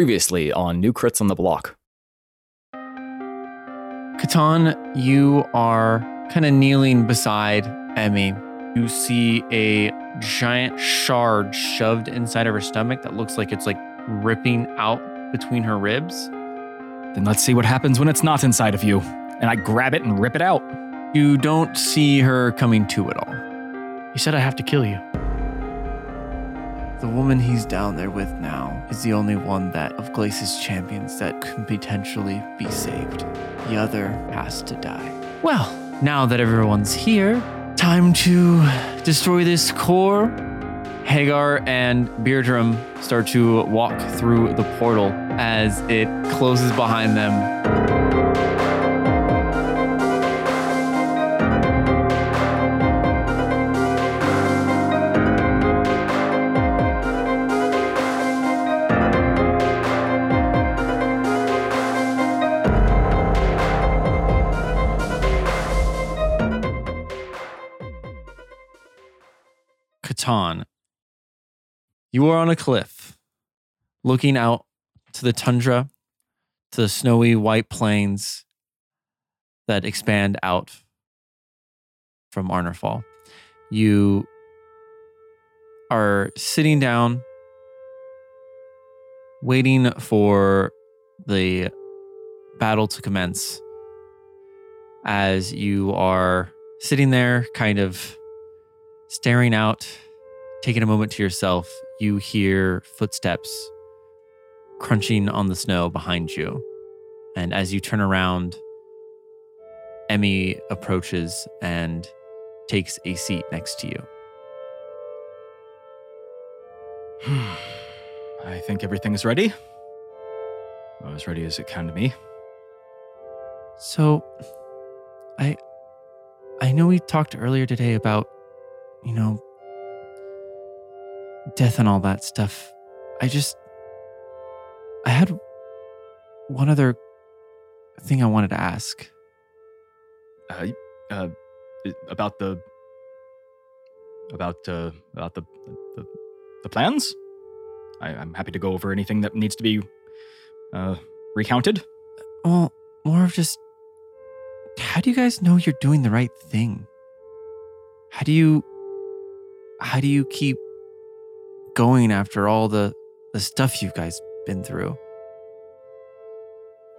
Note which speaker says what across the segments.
Speaker 1: Previously on New Crits on the Block.
Speaker 2: Catan, you are kind of kneeling beside Emmy. You see a giant shard shoved inside of her stomach that looks like it's like ripping out between her ribs.
Speaker 1: Then let's see what happens when it's not inside of you. And I grab it and rip it out.
Speaker 2: You don't see her coming to at all.
Speaker 3: You said I have to kill you.
Speaker 2: The woman he's down there with now is the only one that of Glace's champions that can potentially be saved. The other has to die. Well, now that everyone's here, time to destroy this core. Hagar and Beardrum start to walk through the portal as it closes behind them Catan. You are on a cliff, looking out to the tundra, to the snowy white plains that expand out from Arnerfall. You are sitting down, waiting for the battle to commence. As you are sitting there, kind of staring out, taking a moment to yourself, you hear footsteps crunching on the snow behind you. And as you turn around, Emmy approaches and takes a seat next to you.
Speaker 1: I think everything is ready. Well, as ready as it can to me.
Speaker 2: So I I know we talked earlier today about you know death and all that stuff. I just I had one other thing I wanted to ask.
Speaker 1: Uh, uh, i- about the. About uh, about the, the the plans. I, I'm happy to go over anything that needs to be uh, recounted.
Speaker 2: Well, more of just how do you guys know you're doing the right thing? How do you how do you keep going after all the the stuff you guys been through?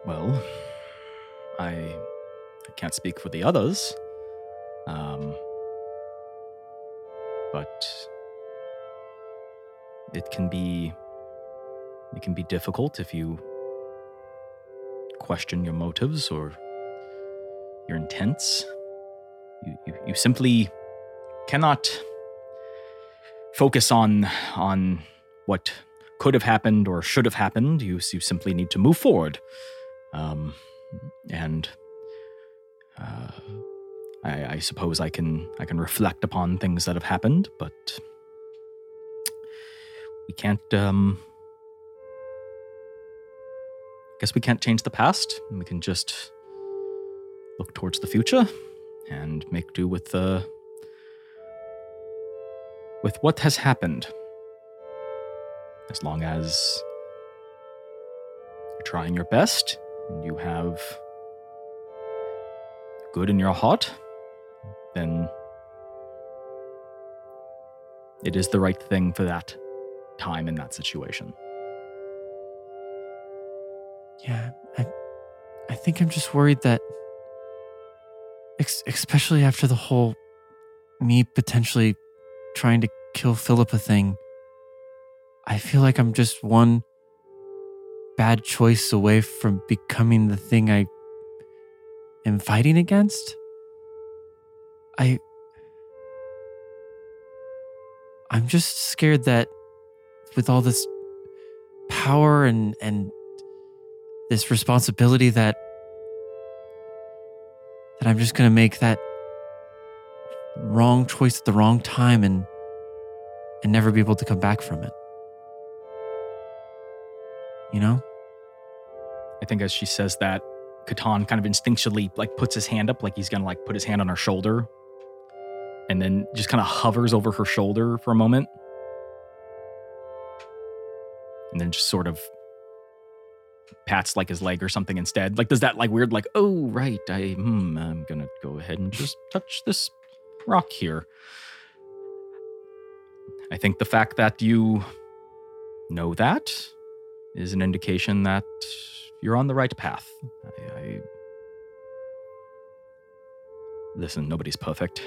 Speaker 1: Well, I I can't speak for the others. Um but it can be it can be difficult if you question your motives or your intents. You you, you simply cannot focus on on what could have happened or should have happened. You you simply need to move forward um, and uh, I, I suppose I can I can reflect upon things that have happened, but we can't. Um, I guess we can't change the past. We can just look towards the future and make do with uh, with what has happened. As long as you're trying your best and you have good in your heart, then it is the right thing for that time in that situation.
Speaker 2: Yeah, I I think I'm just worried that ex- especially after the whole me potentially trying to kill Philippa thing, I feel like I'm just one bad choice away from becoming the thing I am fighting against. I I'm just scared that with all this power and and this responsibility that that I'm just going to make that wrong choice at the wrong time and and never be able to come back from it. You know?
Speaker 1: I think as she says that, Catan kind of instinctually like puts his hand up, like he's gonna like put his hand on her shoulder, and then just kind of hovers over her shoulder for a moment, and then just sort of pats like his leg or something instead. Like, does that like weird like oh right I hmm, I'm gonna go ahead and just touch this rock here. I think the fact that you know that is an indication that you're on the right path. I, I... Listen, nobody's perfect.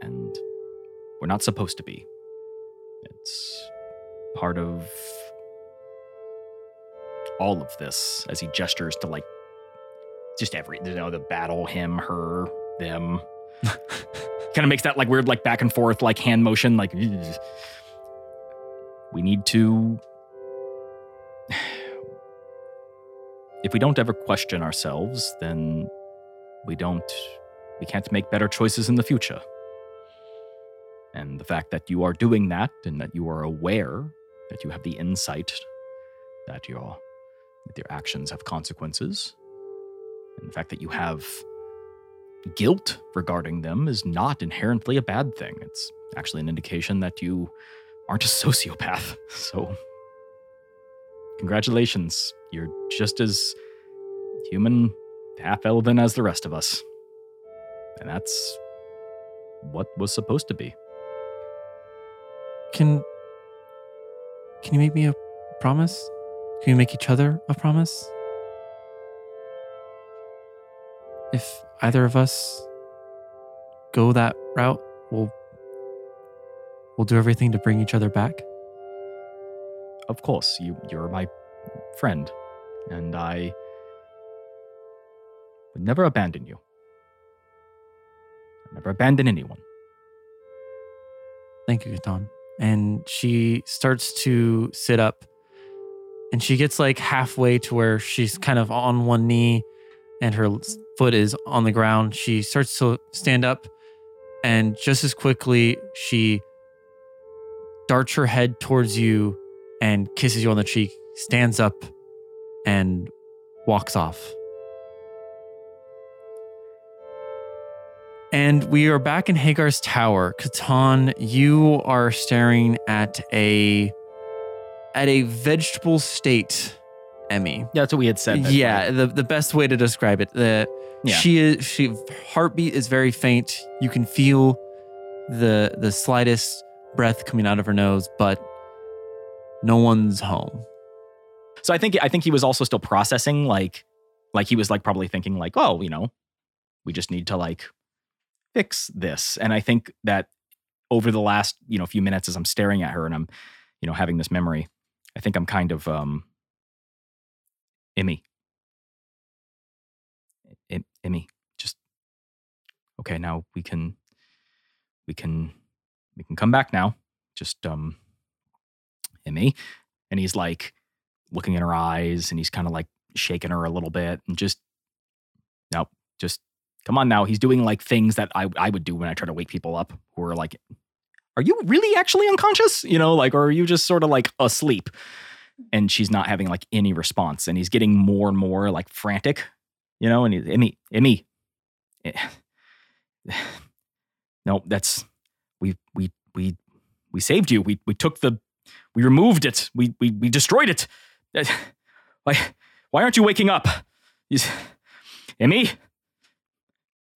Speaker 1: And we're not supposed to be. It's part of all of this as he gestures to like just every you know the battle him her them kind of makes that like weird like back and forth like hand motion like we need to if we don't ever question ourselves then we don't we can't make better choices in the future and the fact that you are doing that and that you are aware that you have the insight that your that your actions have consequences and the fact that you have guilt regarding them is not inherently a bad thing it's actually an indication that you aren't a sociopath so congratulations you're just as human half elven as the rest of us and that's what was supposed to be
Speaker 2: Can can you make me a promise? Can we make each other a promise? If either of us go that route, we'll we'll do everything to bring each other back.
Speaker 1: of course, you you're my friend, and I would never abandon you. I never abandon anyone.
Speaker 2: Thank you, Gaton. And she starts to sit up and she gets like halfway to where she's kind of on one knee and her s- foot is on the ground. She starts to stand up and just as quickly she darts her head towards you and kisses you on the cheek, stands up and walks off. And we are back in Hagar's tower. Catan, you are staring at a at a vegetable state, Emmy.
Speaker 1: Yeah, that's what we had said. that, like,
Speaker 2: Yeah, the, the best way to describe it. The
Speaker 1: Yeah.
Speaker 2: she is she heartbeat is very faint. You can feel the the slightest breath coming out of her nose, but no one's home.
Speaker 1: So I think I think he was also still processing, like like he was like probably thinking like, oh, you know, we just need to like fix this. And I think that over the last you know few minutes, as I'm staring at her and I'm you know having this memory, I think I'm kind of um, Emmy, E-, Em- Emmy, just okay. Now we can we can we can come back now. Just um, Emmy, and he's like looking in her eyes and he's kind of like shaking her a little bit and just nope just come on now he's doing like things that I, I would do when i try to wake people up who are like are you really actually unconscious you know like or are you just sort of like asleep and she's not having like any response and he's getting more and more like frantic you know and he's emmy emmy eh, no that's we we we we saved you we we took the we removed it we we, we destroyed it uh, Why, why aren't you waking up? He's, Emmy?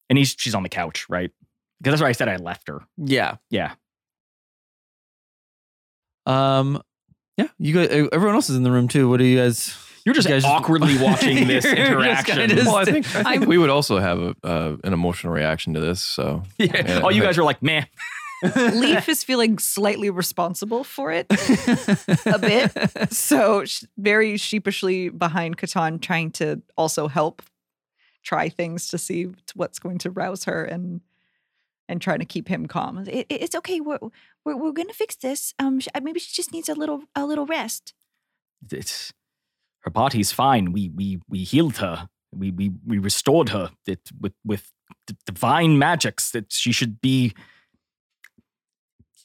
Speaker 1: And he's, she's on the couch, right? Because that's where I said I left her.
Speaker 2: Yeah.
Speaker 1: Yeah.
Speaker 2: Um yeah, you guys, everyone else is in the room too. What do you guys
Speaker 1: You're just
Speaker 2: You guys-
Speaker 1: awkwardly watching this
Speaker 2: You're just
Speaker 1: interaction.
Speaker 2: kinda just-
Speaker 4: Well, I think, I think
Speaker 2: I'm-
Speaker 4: we would also have a, uh, an emotional reaction to this. So
Speaker 1: yeah. All you guys are like, meh.
Speaker 5: Leaf is feeling slightly responsible for it. A bit. So sh- very sheepishly behind Catan, trying to also help try things to see t- what's going to rouse her and and trying to keep him calm.
Speaker 6: It, it- it's okay. We're, we're we're gonna fix this. Um, sh- uh, maybe she just needs a little a little rest.
Speaker 1: It's, her body's fine. We, we, we healed her. We, we, we restored her it, with, with d- divine magics that she should be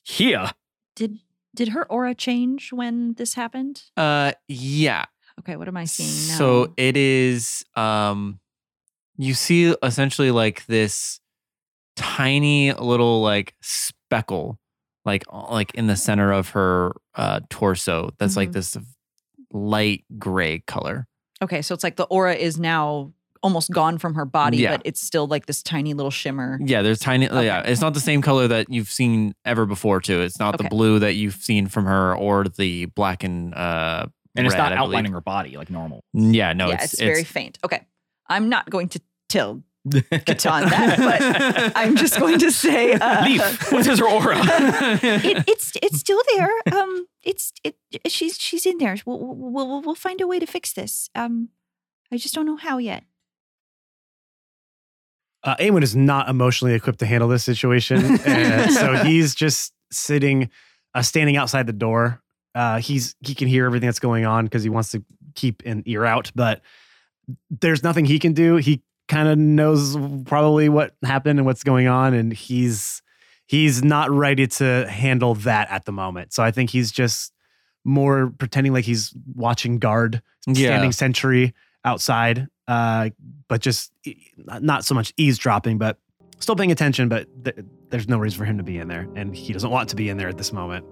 Speaker 1: here.
Speaker 6: Did did her aura change when this happened?
Speaker 2: Uh yeah.
Speaker 6: Okay, what am I seeing now?
Speaker 2: So it is um you see essentially like this tiny little like speckle like like in the center of her uh torso that's like
Speaker 6: Mhm.
Speaker 2: this light gray color.
Speaker 5: Okay, so it's like the aura is now almost gone from her body,
Speaker 2: Yeah.
Speaker 5: but it's still like this tiny little shimmer.
Speaker 2: Yeah, there's tiny. Yeah, it's not the same color that you've seen ever before. Too, it's not
Speaker 5: Okay.
Speaker 2: the blue that you've seen from her or the black and uh.
Speaker 1: And it's
Speaker 2: red,
Speaker 1: not
Speaker 2: I believe.
Speaker 1: outlining her body like normal.
Speaker 2: Yeah, no,
Speaker 5: yeah,
Speaker 2: it's,
Speaker 5: it's, very faint. Okay, I'm not going to tell Catan that, but
Speaker 2: but
Speaker 5: I'm just going to say uh,
Speaker 1: Leaf, what is her aura?
Speaker 6: It, it's it's still there. Um, it's it. She's she's in there. We'll we'll we'll, we'll find a way to fix this. Um, I just don't know how yet.
Speaker 7: Uh, Aemon is not emotionally equipped to handle this situation, and so he's just sitting, uh, standing outside the door. Uh, he's he can hear everything that's going on because he wants to keep an ear out, but there's nothing he can do. He kind of knows probably what happened and what's going on, and he's he's not ready to handle that at the moment. So I think he's just more pretending like he's watching guard
Speaker 2: yeah,
Speaker 7: standing sentry outside, uh, but just e- not not so much eavesdropping, but still paying attention. But th- there's no reason for him to be in there, and he doesn't want to be in there at this moment.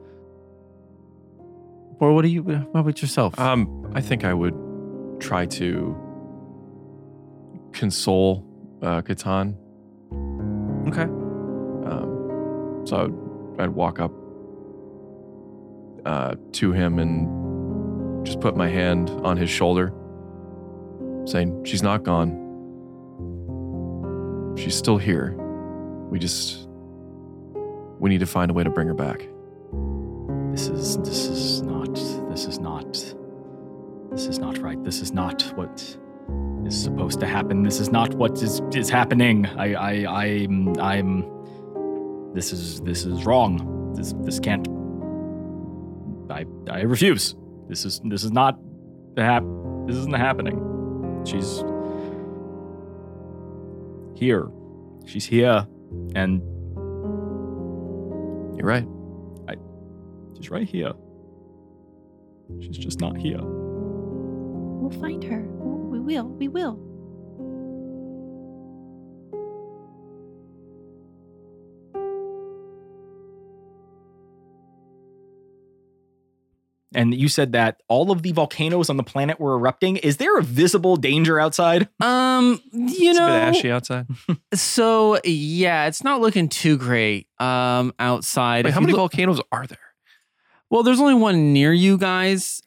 Speaker 2: or what do you? What about yourself?
Speaker 4: Um, I think I would try to console uh, Catan.
Speaker 2: okay.
Speaker 4: Um, so I would, I'd walk up uh, to him and just put my hand on his shoulder, saying, She's not gone. She's still here. We just, we need to find a way to bring her back.
Speaker 1: This is this is not this is not this is not right. This is not what is supposed to happen. This is not what is is happening. I I I'm I'm this is this is wrong. This this can't I I refuse. This is this is not the hap this isn't happening. She's here. She's here and
Speaker 4: You're right.
Speaker 1: she's right here. She's just not here.
Speaker 6: We'll find her. We will. We will.
Speaker 1: and you said that all of the volcanoes on the planet were erupting. Is there a visible danger outside?
Speaker 2: Um, you
Speaker 4: it's a
Speaker 2: know,
Speaker 4: bit ashy outside.
Speaker 2: so yeah, it's not looking too great. Um, outside.
Speaker 4: Wait,
Speaker 2: If
Speaker 4: how
Speaker 2: you
Speaker 4: many
Speaker 2: look-
Speaker 4: volcanoes are there?
Speaker 2: well, there's only one near you guys.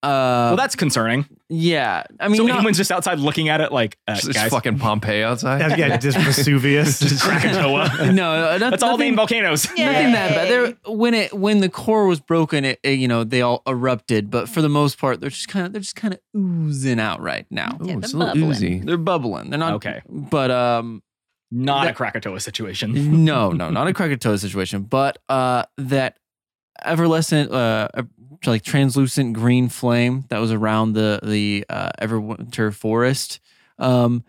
Speaker 2: Uh,
Speaker 1: well, that's concerning.
Speaker 2: yeah. I mean,
Speaker 1: so
Speaker 2: not-
Speaker 1: anyone's just outside looking at it like, uh,
Speaker 4: It's
Speaker 1: guys,
Speaker 4: fucking Pompeii
Speaker 7: Yeah,
Speaker 4: outside.
Speaker 7: yeah, just Vesuvius, just
Speaker 1: Krakatoa.
Speaker 2: no, uh, no-
Speaker 1: that's all
Speaker 2: nothing-
Speaker 1: main volcanoes.
Speaker 2: Nothing that bad. There, when it when the core was broken, it, it, you know they all erupted. But for the most part, they're just kind of they're just kind of oozing out right now.
Speaker 4: Ooh,
Speaker 5: Yeah,
Speaker 4: it's a
Speaker 5: the
Speaker 4: little
Speaker 5: bubbling.
Speaker 4: oozy.
Speaker 2: They're bubbling. They're not
Speaker 1: Okay.
Speaker 2: But um,
Speaker 1: Not a
Speaker 2: That-
Speaker 1: Krakatoa situation.
Speaker 2: no, no, not a Krakatoa situation. But uh, that everlasting uh, uh, like translucent green flame that was around the the uh, Everwinter forest um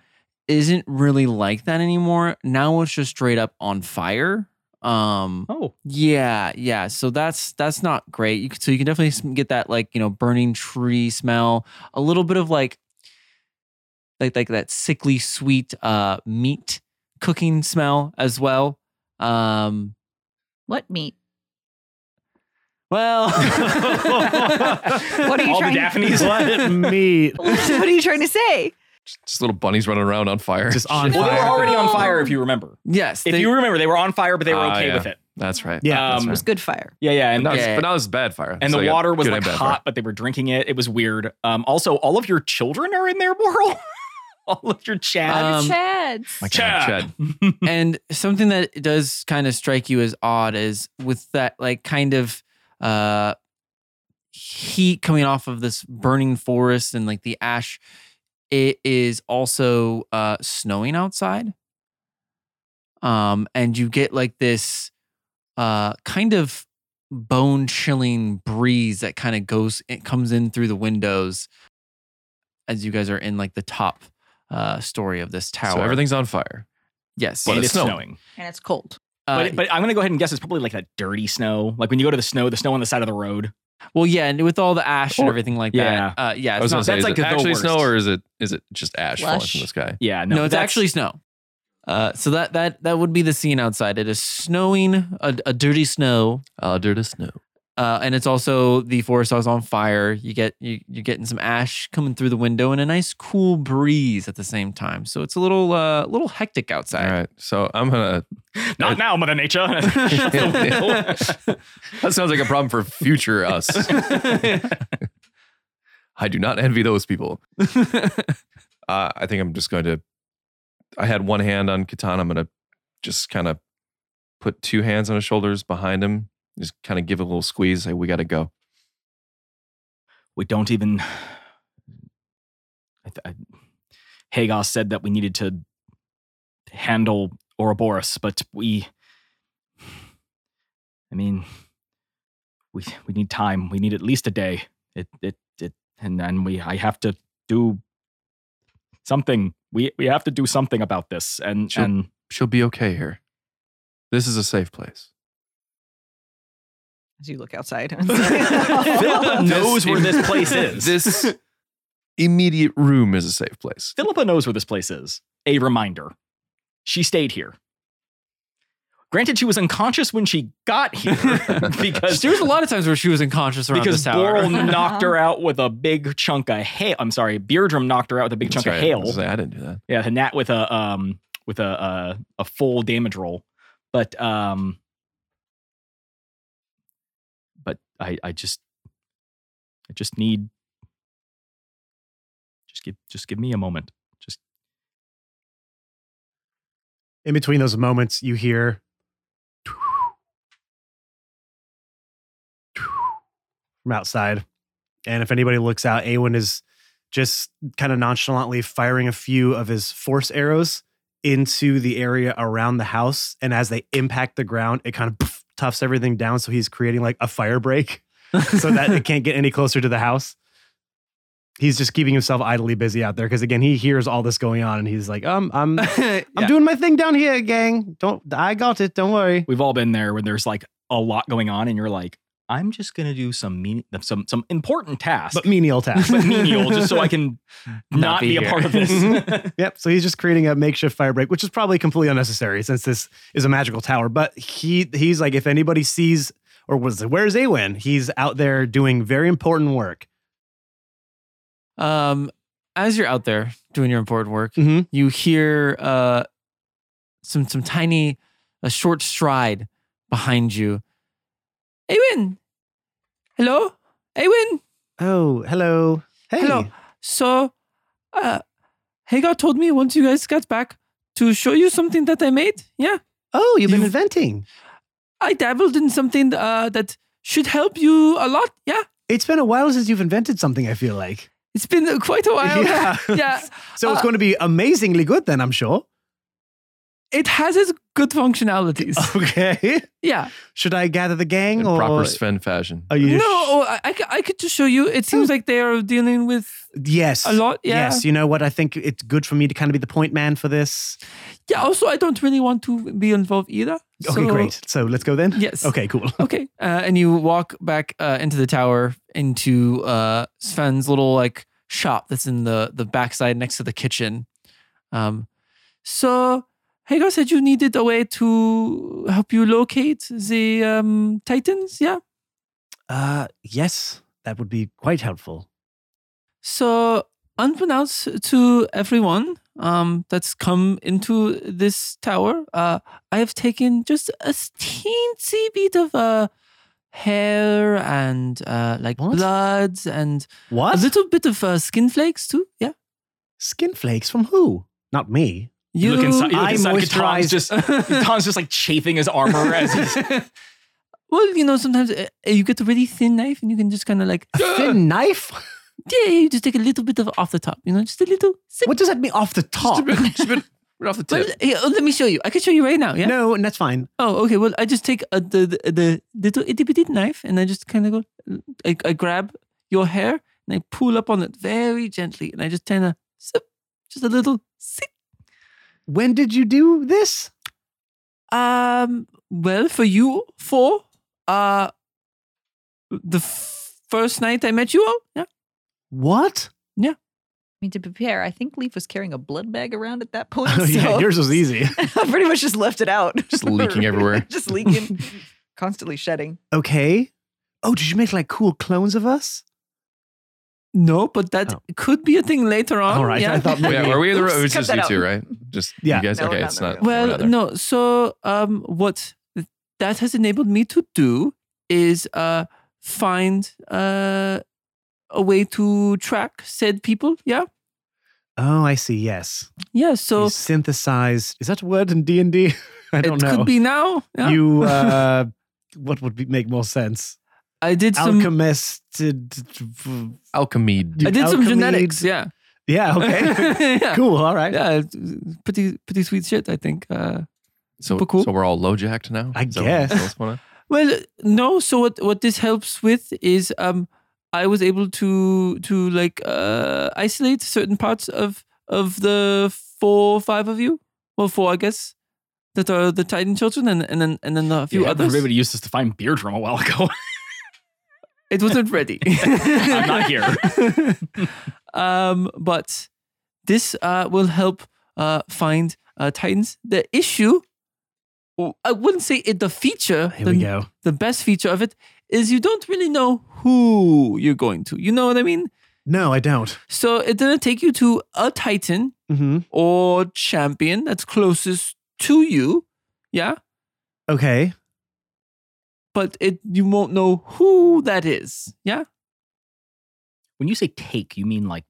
Speaker 2: isn't really like that anymore. Now it's just straight up on fire. Um,
Speaker 1: Oh,
Speaker 2: Yeah, yeah. So that's that's not great. You can, so you can definitely sm- get that like you know burning tree smell, a little bit of like like like that sickly sweet uh meat cooking smell as well. Um,
Speaker 5: what meat?
Speaker 2: well,
Speaker 5: What are you
Speaker 1: all
Speaker 5: trying-
Speaker 1: the Daphne's left.
Speaker 7: meat.
Speaker 5: what are you trying to say?
Speaker 4: Just little bunnies running around on fire.
Speaker 7: Just on
Speaker 1: Well, they were
Speaker 7: Fire.
Speaker 1: already on fire, if you remember.
Speaker 2: Yes,
Speaker 1: If
Speaker 2: they-
Speaker 1: you remember, they were on fire, but they were
Speaker 4: Ah,
Speaker 1: okay
Speaker 4: yeah.
Speaker 1: with it.
Speaker 4: That's right.
Speaker 7: Yeah,
Speaker 1: Um,
Speaker 5: It was good fire.
Speaker 1: Yeah, yeah, and
Speaker 4: But now
Speaker 2: Yeah.
Speaker 4: it's- but now it's bad fire.
Speaker 1: and
Speaker 4: So
Speaker 1: the
Speaker 4: you got
Speaker 1: water was
Speaker 4: good
Speaker 1: like
Speaker 4: and bad
Speaker 1: hot, but they were drinking it. It was weird. Um, also, all of your children are in there, Moral. all of your Chad.
Speaker 2: Um,
Speaker 4: fire. My God,
Speaker 1: Chad.
Speaker 4: Chad.
Speaker 2: and something that does kind of strike you as odd is with that like kind of uh heat coming off of this burning forest and like the ash it is also uh snowing outside um and you get like this uh kind of bone chilling breeze that kind of goes it comes in through the windows as you guys are in like the top uh story of this tower
Speaker 4: So everything's on fire.
Speaker 2: yes
Speaker 1: and
Speaker 4: Well,
Speaker 1: it's,
Speaker 4: it's snowing.
Speaker 1: snowing.
Speaker 5: And it's cold.
Speaker 2: Uh,
Speaker 1: but, but I'm gonna go ahead and guess it's probably like that dirty snow. Like when you go to the snow, the snow on the side of the road.
Speaker 2: Well, yeah, and with all the ash and
Speaker 4: Or-
Speaker 2: everything like
Speaker 1: yeah.
Speaker 2: that. Uh, yeah,
Speaker 4: I
Speaker 2: it's
Speaker 4: was
Speaker 2: not,
Speaker 4: gonna say,
Speaker 1: that's
Speaker 4: is
Speaker 1: like
Speaker 4: it
Speaker 1: the
Speaker 4: actually
Speaker 1: worst.
Speaker 4: snow or is it is it just ash falling
Speaker 5: Lush.
Speaker 4: from the sky?
Speaker 1: Yeah, no,
Speaker 2: no, it's
Speaker 1: that's-
Speaker 2: actually snow. Uh, so that that that would be the scene outside. It is snowing, a, a dirty snow,
Speaker 4: Uh, dirty snow.
Speaker 2: Uh, and it's also the forest is on fire. You get you, you're getting some ash coming through the window and a nice cool breeze at the same time. So it's a little uh, little hectic
Speaker 4: All
Speaker 2: outside.
Speaker 4: right. So I'm gonna.
Speaker 1: Not now, Mother Nature. Shut the window.
Speaker 4: That sounds like a problem for future us. I do not envy those people. Uh, I think I'm just going to. I had one hand on Katana. I'm going to just kind of put two hands on his shoulders behind him. Just kind of give it a little squeeze. Say, we got to go.
Speaker 1: we don't even. I th- I, Hagar said that we needed to handle Ouroboros, but we. I mean, we we need time. We need at least a day. It it it, and then we. I have to do something. We we have to do something about this. And
Speaker 4: Sure.
Speaker 1: and
Speaker 4: She'll be okay here. This is a safe place.
Speaker 5: As you look outside.
Speaker 1: Philippa knows where this place is.
Speaker 4: This immediate room is a safe place.
Speaker 1: Philippa knows where this place is. A reminder. She stayed here. Granted, she was unconscious when she got here because
Speaker 2: There was a lot of times where she was unconscious around
Speaker 1: because
Speaker 2: this tower.
Speaker 1: Boral knocked her out with a big chunk of hail. I'm sorry, Beardrum knocked her out with a big chunk
Speaker 4: That's
Speaker 1: of
Speaker 4: right. I,
Speaker 1: hail.
Speaker 4: was like, I didn't do that.
Speaker 1: Yeah, the Nat with a um with a uh, a full damage roll, but um, but I I just I just need just give just give me a moment. Just
Speaker 7: In between those moments, you hear from outside. And if anybody looks out, Awen is just kind of nonchalantly firing a few of his force arrows into the area around the house. And as they impact the ground, it kind of poof, toughs everything down. So he's creating like a fire break so that it can't get any closer to the house. He's just keeping himself idly busy out there because again, he hears all this going on and he's like, um, I'm
Speaker 2: Yeah.
Speaker 7: I'm doing my thing down here, gang. Don't I got it. Don't worry.
Speaker 1: We've all been there when there's like a lot going on, and you're like, I'm just gonna do some mean, some some important task,
Speaker 7: But menial task.
Speaker 1: but menial, just so I can not,
Speaker 2: Not
Speaker 1: be,
Speaker 2: be
Speaker 1: a
Speaker 2: here.
Speaker 1: part of this.
Speaker 7: yep. So he's just creating a makeshift fire break, which is probably completely unnecessary since this is a magical tower. But he he's like, if anybody sees or was where's Awen? He's out there doing very important work.
Speaker 2: Um, as you're out there doing your important work,
Speaker 7: Mhm.
Speaker 2: you hear uh, some some tiny, a short stride behind you. Awen, hello, Awen,
Speaker 7: Oh, hello. Hey.
Speaker 2: hello. So, uh, Hagar told me once you guys got back to show you something that I made. Yeah,
Speaker 7: Oh, you've been
Speaker 2: You've-
Speaker 7: inventing.
Speaker 2: I dabbled in something uh, that should help you a lot. Yeah,
Speaker 7: It's been a while since you've invented something, I feel like.
Speaker 2: it's been quite a while.
Speaker 7: Yeah.
Speaker 2: yeah.
Speaker 7: So it's
Speaker 2: Uh,
Speaker 7: going to be amazingly good then, I'm sure.
Speaker 2: It has its good functionalities.
Speaker 7: Okay.
Speaker 2: yeah.
Speaker 7: Should I gather the gang
Speaker 4: In
Speaker 7: or
Speaker 4: proper Sven fashion.
Speaker 7: are you
Speaker 2: no,
Speaker 7: just-
Speaker 2: oh, I, I, c- I could just show you. It seems like they are dealing with
Speaker 7: Yes.
Speaker 2: a lot. Yeah.
Speaker 7: Oh. Yes, you know what? I think it's good for me to kind of be the point man for this.
Speaker 2: Yeah. Also, I don't really want to be involved either.
Speaker 7: Okay,
Speaker 2: So-
Speaker 7: great. So let's go then.
Speaker 2: Yes.
Speaker 7: Okay, cool.
Speaker 2: Okay. Uh, and you walk back uh, into the tower into uh, Sven's little like shop that's in the the backside next to the kitchen. Um, so Hagar said you needed a way to help you locate the um, Titans. Yeah.
Speaker 7: Uh, yes, that would be quite helpful.
Speaker 2: So, unbeknownst to everyone um, that's come into this tower, uh, I have taken just a teensy bit of uh, hair and uh, like
Speaker 7: What?
Speaker 2: bloods and
Speaker 7: What?
Speaker 2: a little bit of uh, skin flakes too. Yeah,
Speaker 7: Skin flakes from who? Not me.
Speaker 1: You look inside. You look
Speaker 7: I
Speaker 1: inside.
Speaker 7: moisturized-
Speaker 1: Tom's just Tom's just like chafing his armor as he's
Speaker 2: well, you know, sometimes uh, you get a really thin knife and you can just kind of like,
Speaker 7: A thin knife?
Speaker 2: yeah, you just take a little bit of off the top, you know, just a little. sip.
Speaker 7: What does that mean off the top?
Speaker 4: Just a bit- right off the
Speaker 2: Well,
Speaker 4: tip.
Speaker 2: here, let me show you. I can show you right now. Yeah.
Speaker 7: No, and that's fine.
Speaker 2: Oh, okay. Well, I just take uh, the, the the little itty bitty knife and I just kind of go. I, I grab your hair and I pull up on it very gently and I just kind of sip, just a little sip.
Speaker 7: When did you do this?
Speaker 2: Um. Well, for you four, uh, the f- first night I met you all, yeah.
Speaker 7: What?
Speaker 5: I mean, to prepare, I think Leaf was carrying a blood bag around at that point.
Speaker 7: Oh, yeah,
Speaker 5: so
Speaker 7: yours was easy.
Speaker 5: I pretty much just left it out.
Speaker 4: Just leaking everywhere.
Speaker 5: just leaking, constantly shedding.
Speaker 7: Okay. "Oh, did you make like cool clones of us?"
Speaker 2: No, but that
Speaker 7: Oh.
Speaker 2: could be a thing later on.
Speaker 7: All right,
Speaker 2: yeah.
Speaker 7: I thought maybe-
Speaker 4: Oh, Yeah, were we in the
Speaker 5: Oops,
Speaker 4: room? It was
Speaker 5: cut
Speaker 4: just
Speaker 5: that
Speaker 4: you
Speaker 5: out.
Speaker 4: two, right? Just
Speaker 7: Yeah.
Speaker 4: you guys.
Speaker 5: No, we're
Speaker 4: okay,
Speaker 5: not
Speaker 4: it's
Speaker 5: in the
Speaker 4: not.
Speaker 5: room.
Speaker 4: we're
Speaker 2: Well,
Speaker 4: not there.
Speaker 2: no. So, um, what that has enabled me to do is uh find uh a way to track said people. Yeah,
Speaker 7: Oh, I see. Yes,
Speaker 2: yeah.
Speaker 7: You
Speaker 2: So
Speaker 7: synthesize. Is that a word in D and D? I
Speaker 2: it
Speaker 7: don't know.
Speaker 2: could be now. Yeah.
Speaker 7: You. Uh, what would be, make more sense? uh,
Speaker 2: I did some.
Speaker 7: Alchemisted.
Speaker 4: alchemy.
Speaker 2: I did some
Speaker 7: alchemy-
Speaker 2: genetics. Yeah.
Speaker 7: Yeah. Okay.
Speaker 2: yeah.
Speaker 7: cool. All right.
Speaker 2: Yeah, it's- it's pretty pretty sweet shit. I think. Uh,
Speaker 4: So,
Speaker 2: Super cool.
Speaker 4: so we're all low jacked now.
Speaker 7: I
Speaker 4: Is that what you're
Speaker 7: guess.
Speaker 4: telling us, Mona?
Speaker 2: Well, no. So what what this helps with is um, I was able to to like uh isolate certain parts of of the four or five of you, well four I guess, that are the Titan children, and and then and then a few
Speaker 1: Yeah,
Speaker 2: others.
Speaker 1: Everybody used this to find beer drum a while ago.
Speaker 2: It wasn't ready.
Speaker 1: I'm not here.
Speaker 2: um, but this uh, will help uh, find uh, Titans. The issue, or I wouldn't say it. The feature,
Speaker 7: Here
Speaker 2: the,
Speaker 7: we go.
Speaker 2: the best feature of it is you don't really know who you're going to. You know what I mean?
Speaker 7: No, I don't.
Speaker 2: So it's gonna take you to a Titan
Speaker 7: Mm-hmm.
Speaker 2: or champion that's closest to you. Yeah,
Speaker 7: Okay.
Speaker 2: but it you won't know who that is. Yeah.
Speaker 1: When you say take, you mean like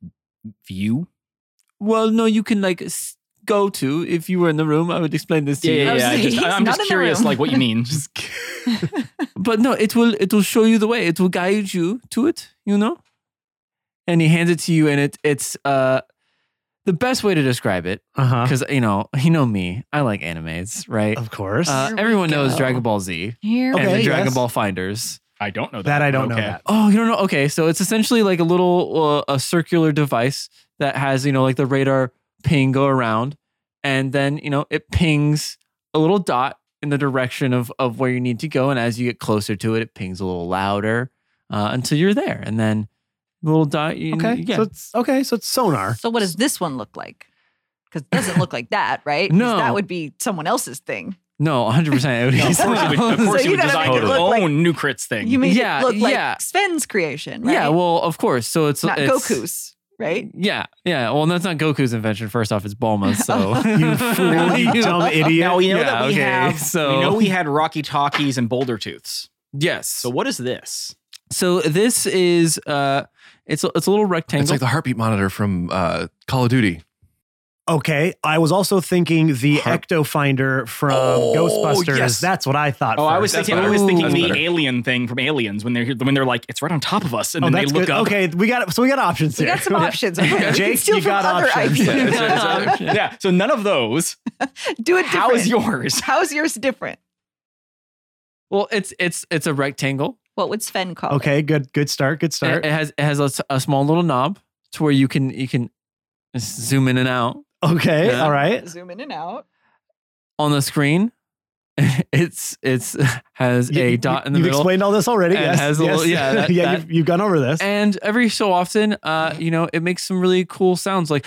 Speaker 1: view?
Speaker 2: Well, no, you can like s- go to if you were in the room. I would explain this to you.
Speaker 5: yeah, I was yeah.
Speaker 1: I
Speaker 5: like,
Speaker 1: just,
Speaker 5: he's
Speaker 1: I'm
Speaker 5: not
Speaker 1: just
Speaker 5: in the
Speaker 1: curious,
Speaker 5: room.
Speaker 1: like what you mean.
Speaker 2: But no, it will it will show you the way. It will guide you to it. You know. And he hands it to you, and it it's uh the best way to describe it
Speaker 7: Uh huh.
Speaker 2: because you know you know me i like animes right
Speaker 7: Of course.
Speaker 2: uh,
Speaker 5: Here we
Speaker 2: everyone knows
Speaker 5: go.
Speaker 2: dragon ball z
Speaker 5: Here
Speaker 7: Okay,
Speaker 2: and the dragon
Speaker 7: yes.
Speaker 2: ball finders
Speaker 1: I don't know that.
Speaker 7: that I
Speaker 1: but
Speaker 7: don't know
Speaker 1: okay.
Speaker 7: that.
Speaker 2: oh you don't know okay so it's essentially like a little uh, a circular device that has you know like the radar ping go around and then you know it pings a little dot in the direction of of where you need to go and as you get closer to it it pings a little louder uh, until you're there and then the little dot you,
Speaker 7: Okay.
Speaker 2: yeah
Speaker 7: So it's okay. So it's sonar.
Speaker 5: So what does this one look like? Because it doesn't look like that, right? 'Cause
Speaker 2: No.
Speaker 5: that would be someone else's thing.
Speaker 2: no 100% it would be
Speaker 1: Of course, you would, of
Speaker 2: someone
Speaker 1: course you
Speaker 5: So you
Speaker 1: would
Speaker 5: gotta
Speaker 1: design
Speaker 5: make it
Speaker 1: your
Speaker 5: look like-
Speaker 1: own Oh, new crits thing.
Speaker 5: You made
Speaker 2: Yeah,
Speaker 5: it look like
Speaker 2: yeah.
Speaker 5: Sven's creation, right?
Speaker 2: Yeah, well, of course. So it's
Speaker 5: not
Speaker 2: it's,
Speaker 5: Goku's, right?
Speaker 2: Yeah, yeah. Well, that's not Goku's invention. First off, it's Bulma. So
Speaker 7: You fool. Oh. You dumb idiot.
Speaker 1: now we know
Speaker 2: Yeah,
Speaker 1: that we
Speaker 2: okay,
Speaker 1: have.
Speaker 2: so-
Speaker 1: we know we had Rocky Talkies and Boulder Tooths.
Speaker 2: Yes.
Speaker 1: So
Speaker 2: So,
Speaker 1: what is this?
Speaker 2: this is uh, it's a, it's a little rectangle.
Speaker 4: It's like the heartbeat monitor from uh, Call of Duty.
Speaker 7: Okay. I was also thinking the
Speaker 4: Harp-
Speaker 7: Ecto Finder from
Speaker 4: Oh,
Speaker 7: Ghostbusters.
Speaker 4: yes.
Speaker 7: That's what I thought.
Speaker 1: Oh, I was
Speaker 4: That's
Speaker 1: thinking. I
Speaker 4: better.
Speaker 1: was
Speaker 2: Ooh.
Speaker 1: thinking the
Speaker 4: That's better.
Speaker 1: alien thing from Aliens when they're here- when they're like it's right on top of us, and
Speaker 7: Oh,
Speaker 1: then they
Speaker 7: that's
Speaker 1: look
Speaker 7: good.
Speaker 1: up.
Speaker 7: Okay, we got so we got options
Speaker 5: We
Speaker 7: here.
Speaker 5: got some options. Okay, we can
Speaker 7: Jake,
Speaker 5: steal
Speaker 7: you
Speaker 5: from
Speaker 7: got
Speaker 5: other
Speaker 7: options.
Speaker 5: IPs.
Speaker 1: Yeah, so- uh, yeah. So none of those.
Speaker 5: Do it different.
Speaker 1: How is yours?
Speaker 5: How's yours different?
Speaker 2: well, it's it's it's a rectangle.
Speaker 5: What would Sven call it?
Speaker 7: Okay, good good start. Good
Speaker 2: It,
Speaker 7: start.
Speaker 2: it has it has a, s- a small little knob to where you can you can zoom in and out
Speaker 7: okay,
Speaker 2: Yeah.
Speaker 7: all right.
Speaker 5: Zoom in and out.
Speaker 2: on the screen. It's it's has
Speaker 7: You-
Speaker 2: a
Speaker 7: you-
Speaker 2: dot in the
Speaker 7: you've
Speaker 2: middle.
Speaker 7: explained all this already.
Speaker 2: And
Speaker 7: yes,
Speaker 2: has a
Speaker 7: yes.
Speaker 2: little- yeah, that-
Speaker 7: yeah.
Speaker 2: that-
Speaker 7: You've, you've gone over this.
Speaker 2: and every so often, uh, you know, it makes some really cool sounds like.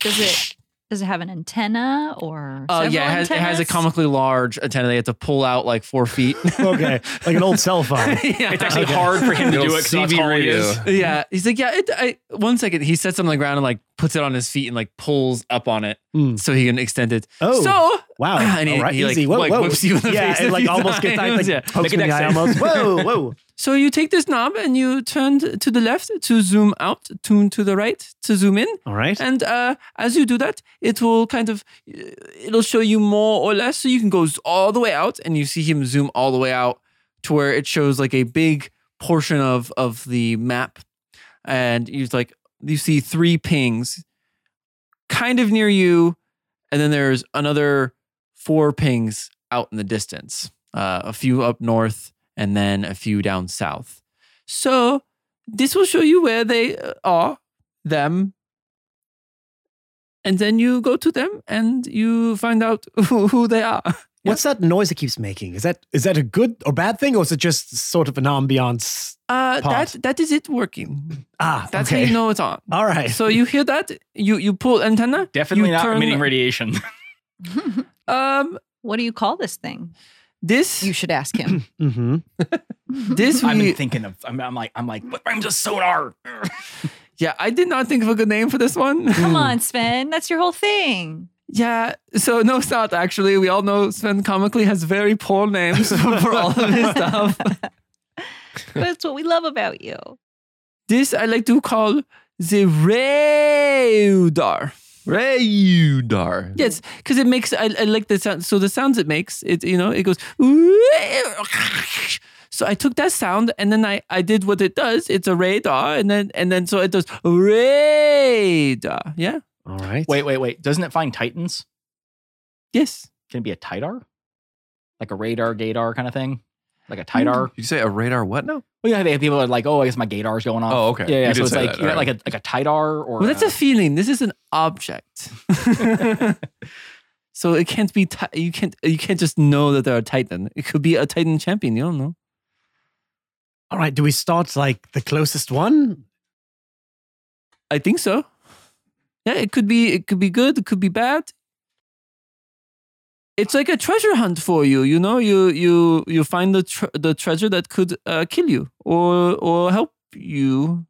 Speaker 6: Does it does it have an antenna or?
Speaker 2: Uh,
Speaker 6: several
Speaker 2: yeah, it has, it has a
Speaker 6: antennas?
Speaker 2: comically large antenna. They have to pull out like four feet.
Speaker 7: okay, like an old cell phone.
Speaker 2: yeah.
Speaker 1: It's actually hard for him to do
Speaker 4: Yo,
Speaker 1: it. 'cause that's
Speaker 4: CB
Speaker 1: how he is.
Speaker 4: radio.
Speaker 2: Yeah, he's like, yeah. It, I, one second, he sets it on the ground and like puts it on his feet and like pulls up on it
Speaker 7: Mm.
Speaker 2: so he can extend it.
Speaker 7: Oh,
Speaker 2: so
Speaker 7: wow.
Speaker 2: and he-
Speaker 7: all right,
Speaker 2: he, like,
Speaker 7: easy. whoa,
Speaker 2: like,
Speaker 7: whoa.
Speaker 2: whips you in the
Speaker 7: yeah,
Speaker 2: face
Speaker 7: it
Speaker 2: a
Speaker 7: like
Speaker 2: few
Speaker 7: almost gets that like
Speaker 2: times, yeah.
Speaker 7: pokes
Speaker 1: Make it
Speaker 7: me in the eye
Speaker 1: next
Speaker 7: almost. Whoa, whoa.
Speaker 2: so you take this knob and you turn to the left to zoom out, tune to the right to zoom in,
Speaker 7: All right.
Speaker 2: And uh, as you do that, it will kind of uh, it'll show you more or less. So you can go z- all the way out, and you see him zoom all the way out to where it shows like a big portion of of the map, and you like you see three pings, kind of near you, and then there's another four pings out in the distance. Uh, a few up north, and then a few down south. So this will show you where they uh, are. Them and then you go to them and you find out who, who they are.
Speaker 7: What's that noise it keeps making? Is that is that a good or bad thing, or is it just sort of an ambiance?
Speaker 2: Uh, that
Speaker 7: Pause.
Speaker 2: that is it working.
Speaker 7: Ah,
Speaker 2: That's how
Speaker 7: okay.
Speaker 2: you know it's on.
Speaker 7: All right.
Speaker 2: So you hear that? You you pull antenna.
Speaker 1: Definitely
Speaker 2: you
Speaker 1: not
Speaker 2: turn-
Speaker 1: emitting radiation.
Speaker 2: Um,
Speaker 5: what do you call this thing?
Speaker 2: This
Speaker 5: You should ask him.
Speaker 7: Mm-hmm.
Speaker 2: this
Speaker 1: I've
Speaker 2: we,
Speaker 1: been thinking of. I'm, I'm like. I'm like. But I'm just sonar.
Speaker 2: yeah, I did not think of a good name for this one.
Speaker 7: Mm.
Speaker 5: Come on, Sven. That's your whole thing.
Speaker 2: Yeah, so no, it's not actually. We all know Sven comically has very poor names for all of his stuff.
Speaker 5: That's what we love about you.
Speaker 2: This I like to call the radar.
Speaker 4: Radar.
Speaker 2: Yes, because it makes I, I like the sound. So the sounds it makes, it you know, it goes. So I took that sound and then I I did what it does. It's a radar, and then and then so it does radar. Yeah.
Speaker 7: All right.
Speaker 1: Wait, wait, wait. Doesn't it find titans?
Speaker 2: Yes.
Speaker 1: Can it be a tidar? Like a radar, gaydar kind of thing? Like a tidar?
Speaker 4: You say a radar what now?
Speaker 1: Well, yeah, they, people are like, oh, I guess my gaydar's going off.
Speaker 4: Oh, okay.
Speaker 1: Yeah, yeah.
Speaker 4: You
Speaker 1: so
Speaker 4: did
Speaker 1: it's
Speaker 4: say
Speaker 1: like
Speaker 4: that,
Speaker 1: you got
Speaker 4: alright.
Speaker 1: like a like a tidar or
Speaker 2: Well, that's a
Speaker 1: uh,
Speaker 2: feeling. This is an object. so it can't be. Ti- you can't. You can't just know that they're a titan. It could be a titan champion. You don't know.
Speaker 7: All right. Do we start like the closest one?
Speaker 2: I think so. Yeah, it could be it could be good, it could be bad. It's like a treasure hunt for you, you know. You you you find the tr the treasure that could uh, kill you or or help you.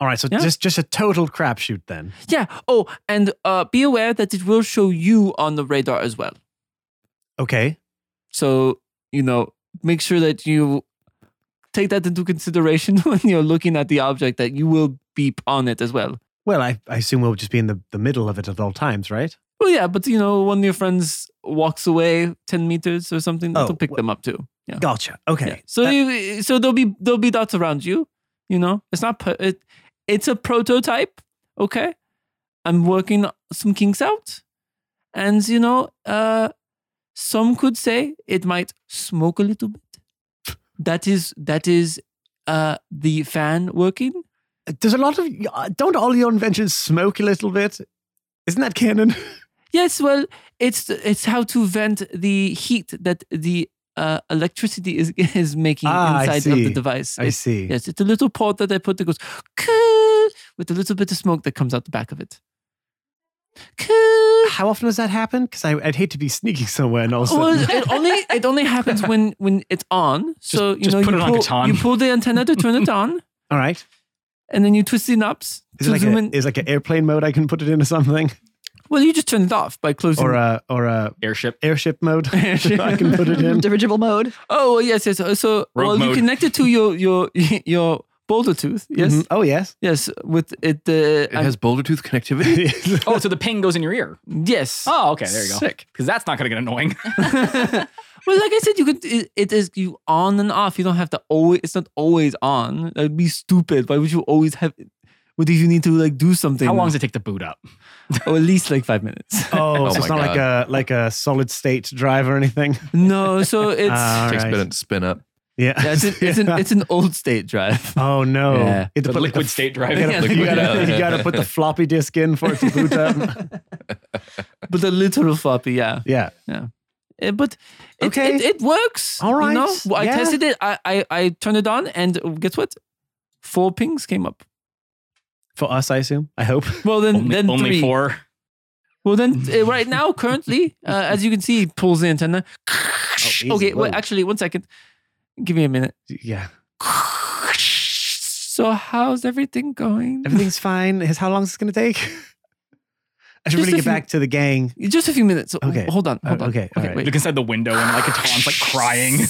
Speaker 7: All right. So
Speaker 2: Yeah.
Speaker 7: just just a total crapshoot then.
Speaker 2: Yeah. Oh, and uh, be aware that it will show you on the radar as well.
Speaker 7: Okay.
Speaker 2: So you know, make sure that you take that into consideration when you're looking at the object that you will beep on it as well.
Speaker 7: Well, I, I assume we'll just be in the, the middle of it at all times, right?
Speaker 2: Well, yeah, but you know, one of your friends walks away ten meters or something,
Speaker 7: Oh,
Speaker 2: that'll pick
Speaker 7: wh-
Speaker 2: them up too. Yeah.
Speaker 7: Gotcha. Okay.
Speaker 2: Yeah. So
Speaker 7: That-
Speaker 2: you, so there'll be there'll be dots around you. You know, it's not per- it, it's a prototype. Okay, I'm working some kinks out, and you know, uh, some could say it might smoke a little bit. That is that is uh the fan working.
Speaker 7: does a lot of uh, don't all your inventions smoke a little bit? Isn't that canon?
Speaker 2: Yes, well, it's it's how to vent the heat that the uh, electricity is is making
Speaker 7: Ah, I
Speaker 2: inside of the
Speaker 7: see.
Speaker 2: device.
Speaker 7: I
Speaker 2: It's-
Speaker 7: see.
Speaker 2: Yes, it's a little pot that I put that goes "Koo," with a little bit of smoke that comes out the back of it.
Speaker 7: Ah,
Speaker 2: Koo.
Speaker 7: How often does that happen? Because I'd hate to be sneaking somewhere and all of a
Speaker 2: Well,
Speaker 7: sudden.
Speaker 2: it only it only happens when when it's on. So you
Speaker 1: just
Speaker 2: know
Speaker 1: put
Speaker 2: you,
Speaker 1: it on
Speaker 2: pull,
Speaker 1: Catan.
Speaker 2: you pull the antenna to turn it on,
Speaker 7: all right.
Speaker 2: and then you twist the knobs
Speaker 7: Is it
Speaker 2: to
Speaker 7: like
Speaker 2: zoom
Speaker 7: a,
Speaker 2: in.
Speaker 7: is like an airplane mode? I can put it in or something,
Speaker 2: well, you just turn it off by closing.
Speaker 7: or a or a
Speaker 1: airship.
Speaker 7: airship mode.
Speaker 2: Airship.
Speaker 7: I can put it in.
Speaker 5: Dirigible mode.
Speaker 2: oh well, yes, yes. uh, So
Speaker 1: Rogue
Speaker 2: well, you
Speaker 1: mode.
Speaker 2: connect it to your your your boulder tooth. Yes,
Speaker 7: Mhm. Oh yes.
Speaker 2: yes. With it, uh,
Speaker 4: It has boulder tooth connectivity.
Speaker 1: Oh, so the ping goes in your ear.
Speaker 2: yes.
Speaker 1: Oh, okay, there you go.
Speaker 4: Sick.
Speaker 1: Because that's not going to get annoying.
Speaker 2: well, like I said, you could. It, it is you on and off. You don't have to always. It's not always on. That would be stupid. Why would you always have? What if you need to like do something?
Speaker 1: How long does it take to boot up?
Speaker 2: Oh, at least like five minutes.
Speaker 7: Oh,
Speaker 4: Oh
Speaker 7: so
Speaker 4: my
Speaker 7: it's not like a like a solid state drive or anything.
Speaker 2: no, so it's
Speaker 7: Ah, all
Speaker 4: Takes a
Speaker 7: right.
Speaker 4: bit of spin up.
Speaker 7: Yeah.
Speaker 2: yeah, it's, an, it's, an, it's an old state drive.
Speaker 7: oh no.
Speaker 2: Yeah.
Speaker 7: You have to
Speaker 1: The
Speaker 7: put, like,
Speaker 1: liquid
Speaker 7: the-
Speaker 1: state
Speaker 7: You
Speaker 1: drive.
Speaker 7: gotta,
Speaker 2: Yeah,
Speaker 7: you
Speaker 2: liquid-
Speaker 7: gotta- you
Speaker 4: yeah.
Speaker 7: gotta put the floppy disk in for it to boot up.
Speaker 2: but a literal floppy, yeah.
Speaker 7: Yeah.
Speaker 2: Eh, But it,
Speaker 7: Okay.
Speaker 2: it, it works.
Speaker 7: All
Speaker 2: You
Speaker 7: right,
Speaker 2: know? Well, I
Speaker 7: yeah.
Speaker 2: tested it. I, I I turned it on, and guess what? Four pings came up.
Speaker 7: For us, I assume. I hope. Oh,
Speaker 2: Well, then
Speaker 1: only,
Speaker 2: then
Speaker 1: only
Speaker 2: three.
Speaker 1: four.
Speaker 2: Well, then uh, right now, currently, uh, as you can see, it pulls the antenna.
Speaker 7: easy.
Speaker 2: okay, wait,
Speaker 7: Whoa.
Speaker 2: actually, one second. Give me a minute.
Speaker 7: Yeah.
Speaker 2: So, how's everything going?
Speaker 7: Everything's fine. Is how long is this gonna take? I
Speaker 2: Just
Speaker 7: should really
Speaker 2: a
Speaker 7: get
Speaker 2: few-
Speaker 7: back to the gang.
Speaker 2: Just a few minutes.
Speaker 7: Okay.
Speaker 2: Hold on. Hold
Speaker 7: Uh,
Speaker 2: on.
Speaker 7: okay, alright.
Speaker 2: wait.
Speaker 1: Look inside the window and like a Katan's like crying.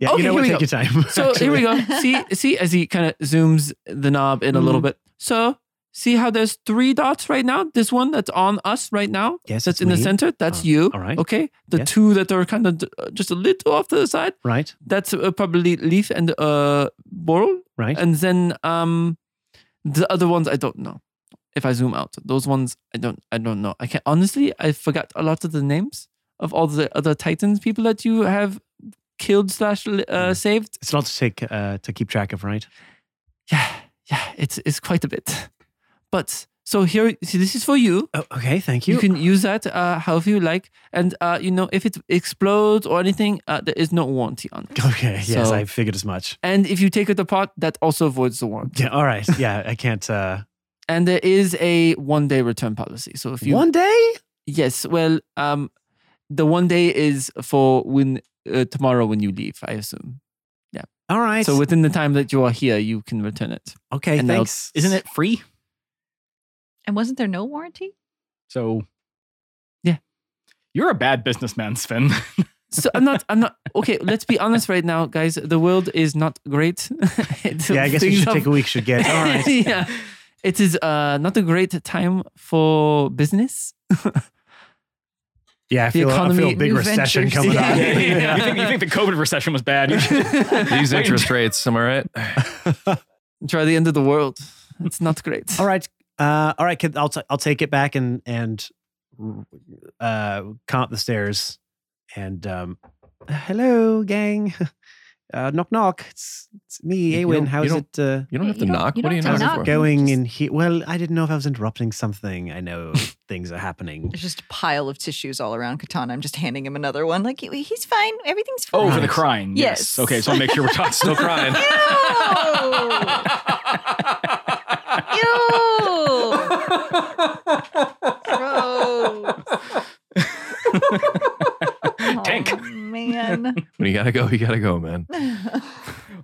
Speaker 7: Yeah,
Speaker 2: Okay,
Speaker 7: you know
Speaker 2: here
Speaker 7: what?
Speaker 2: we
Speaker 7: Take
Speaker 2: go.
Speaker 7: your time.
Speaker 2: So here we go. See, see, as he kind of zooms the knob in a little
Speaker 7: Mm-hmm.
Speaker 2: bit. So see how there's three dots right now. This one that's on us right now.
Speaker 7: Yes,
Speaker 2: that's
Speaker 7: it's
Speaker 2: in the
Speaker 7: me.
Speaker 2: center. That's
Speaker 7: Uh,
Speaker 2: you.
Speaker 7: all right.
Speaker 2: Okay. The
Speaker 7: Yes.
Speaker 2: two that are kind of just a little off to the side.
Speaker 7: Right,
Speaker 2: That's uh, probably leaf and uh boral.
Speaker 7: right.
Speaker 2: And then um the other ones I don't know. If I zoom out, those ones I don't I don't know. I can not honestly I forgot a lot of the names of all the other titans people that you have killed slash uh,
Speaker 7: Mm.
Speaker 2: saved.
Speaker 7: it's a lot to take uh, to keep track of, right?
Speaker 2: Yeah, yeah, it's it's quite a bit. But so here, see, this is for you.
Speaker 7: Oh, okay, thank
Speaker 2: You,
Speaker 7: you.
Speaker 2: can use that uh, however you like, and uh, you know if it explodes or anything, uh, there is no warranty on it.
Speaker 7: okay, yes,
Speaker 2: So-
Speaker 7: I figured as much.
Speaker 2: And if you take it apart, that also avoids the warranty.
Speaker 7: Yeah, all right. Yeah, I can't. Uh,
Speaker 2: And there is a one-day return policy. So if you
Speaker 7: one day?
Speaker 2: yes, well, um, the one day is for when uh, tomorrow when you leave, I assume.
Speaker 7: All right.
Speaker 2: So within the time that you are here, you can return it.
Speaker 7: okay,
Speaker 2: and they'll-
Speaker 7: thanks.
Speaker 1: Isn't it free?
Speaker 5: And wasn't there no warranty?
Speaker 1: So,
Speaker 2: Yeah.
Speaker 1: You're a bad businessman, Sven.
Speaker 2: So I'm not. I'm not. Okay, let's be honest right now, guys. The world is not great.
Speaker 7: Yeah, I guess you
Speaker 2: Things
Speaker 7: should
Speaker 2: are
Speaker 7: take a week. Should get. All right.
Speaker 2: yeah. It is uh, not a great time for business.
Speaker 7: Yeah, I
Speaker 2: The
Speaker 7: feel, I feel
Speaker 2: economy-
Speaker 7: a big
Speaker 5: New
Speaker 7: recession
Speaker 5: ventures.
Speaker 7: coming
Speaker 2: Yeah.
Speaker 7: on.
Speaker 2: Yeah.
Speaker 1: you, think, you think the COVID recession was bad? You should-
Speaker 4: These
Speaker 1: Wait.
Speaker 4: interest rates, am I right?
Speaker 2: Try the end of the world. It's not great.
Speaker 7: All right. Uh, all right. kid, I'll, t- I'll take it back and, and uh, come up the stairs and, um, hello, gang. Uh, knock, knock. It's, it's me,
Speaker 4: You- you
Speaker 7: Awen.
Speaker 4: don't-
Speaker 7: How
Speaker 4: you
Speaker 7: is
Speaker 4: don't-
Speaker 7: it? Uh,
Speaker 4: You don't have
Speaker 6: Yeah,
Speaker 4: to
Speaker 6: you don't-
Speaker 4: knock.
Speaker 6: you
Speaker 4: What are you
Speaker 6: don't have
Speaker 4: knocking
Speaker 6: to
Speaker 4: for?
Speaker 6: knock.
Speaker 7: going
Speaker 6: just-
Speaker 7: in here. Well, I didn't know if I was interrupting something. I know things are happening.
Speaker 5: There's just a pile of tissues all around Katana. I'm just handing him another one. Like,
Speaker 6: Like he- he's fine. Everything's fine.
Speaker 1: oh, for the crying.
Speaker 5: Yes.
Speaker 1: Okay, so I'll make sure we're talking.
Speaker 4: Still crying.
Speaker 6: Ew.
Speaker 1: Tank.
Speaker 5: Oh, man.
Speaker 4: When you gotta go, you gotta go, man.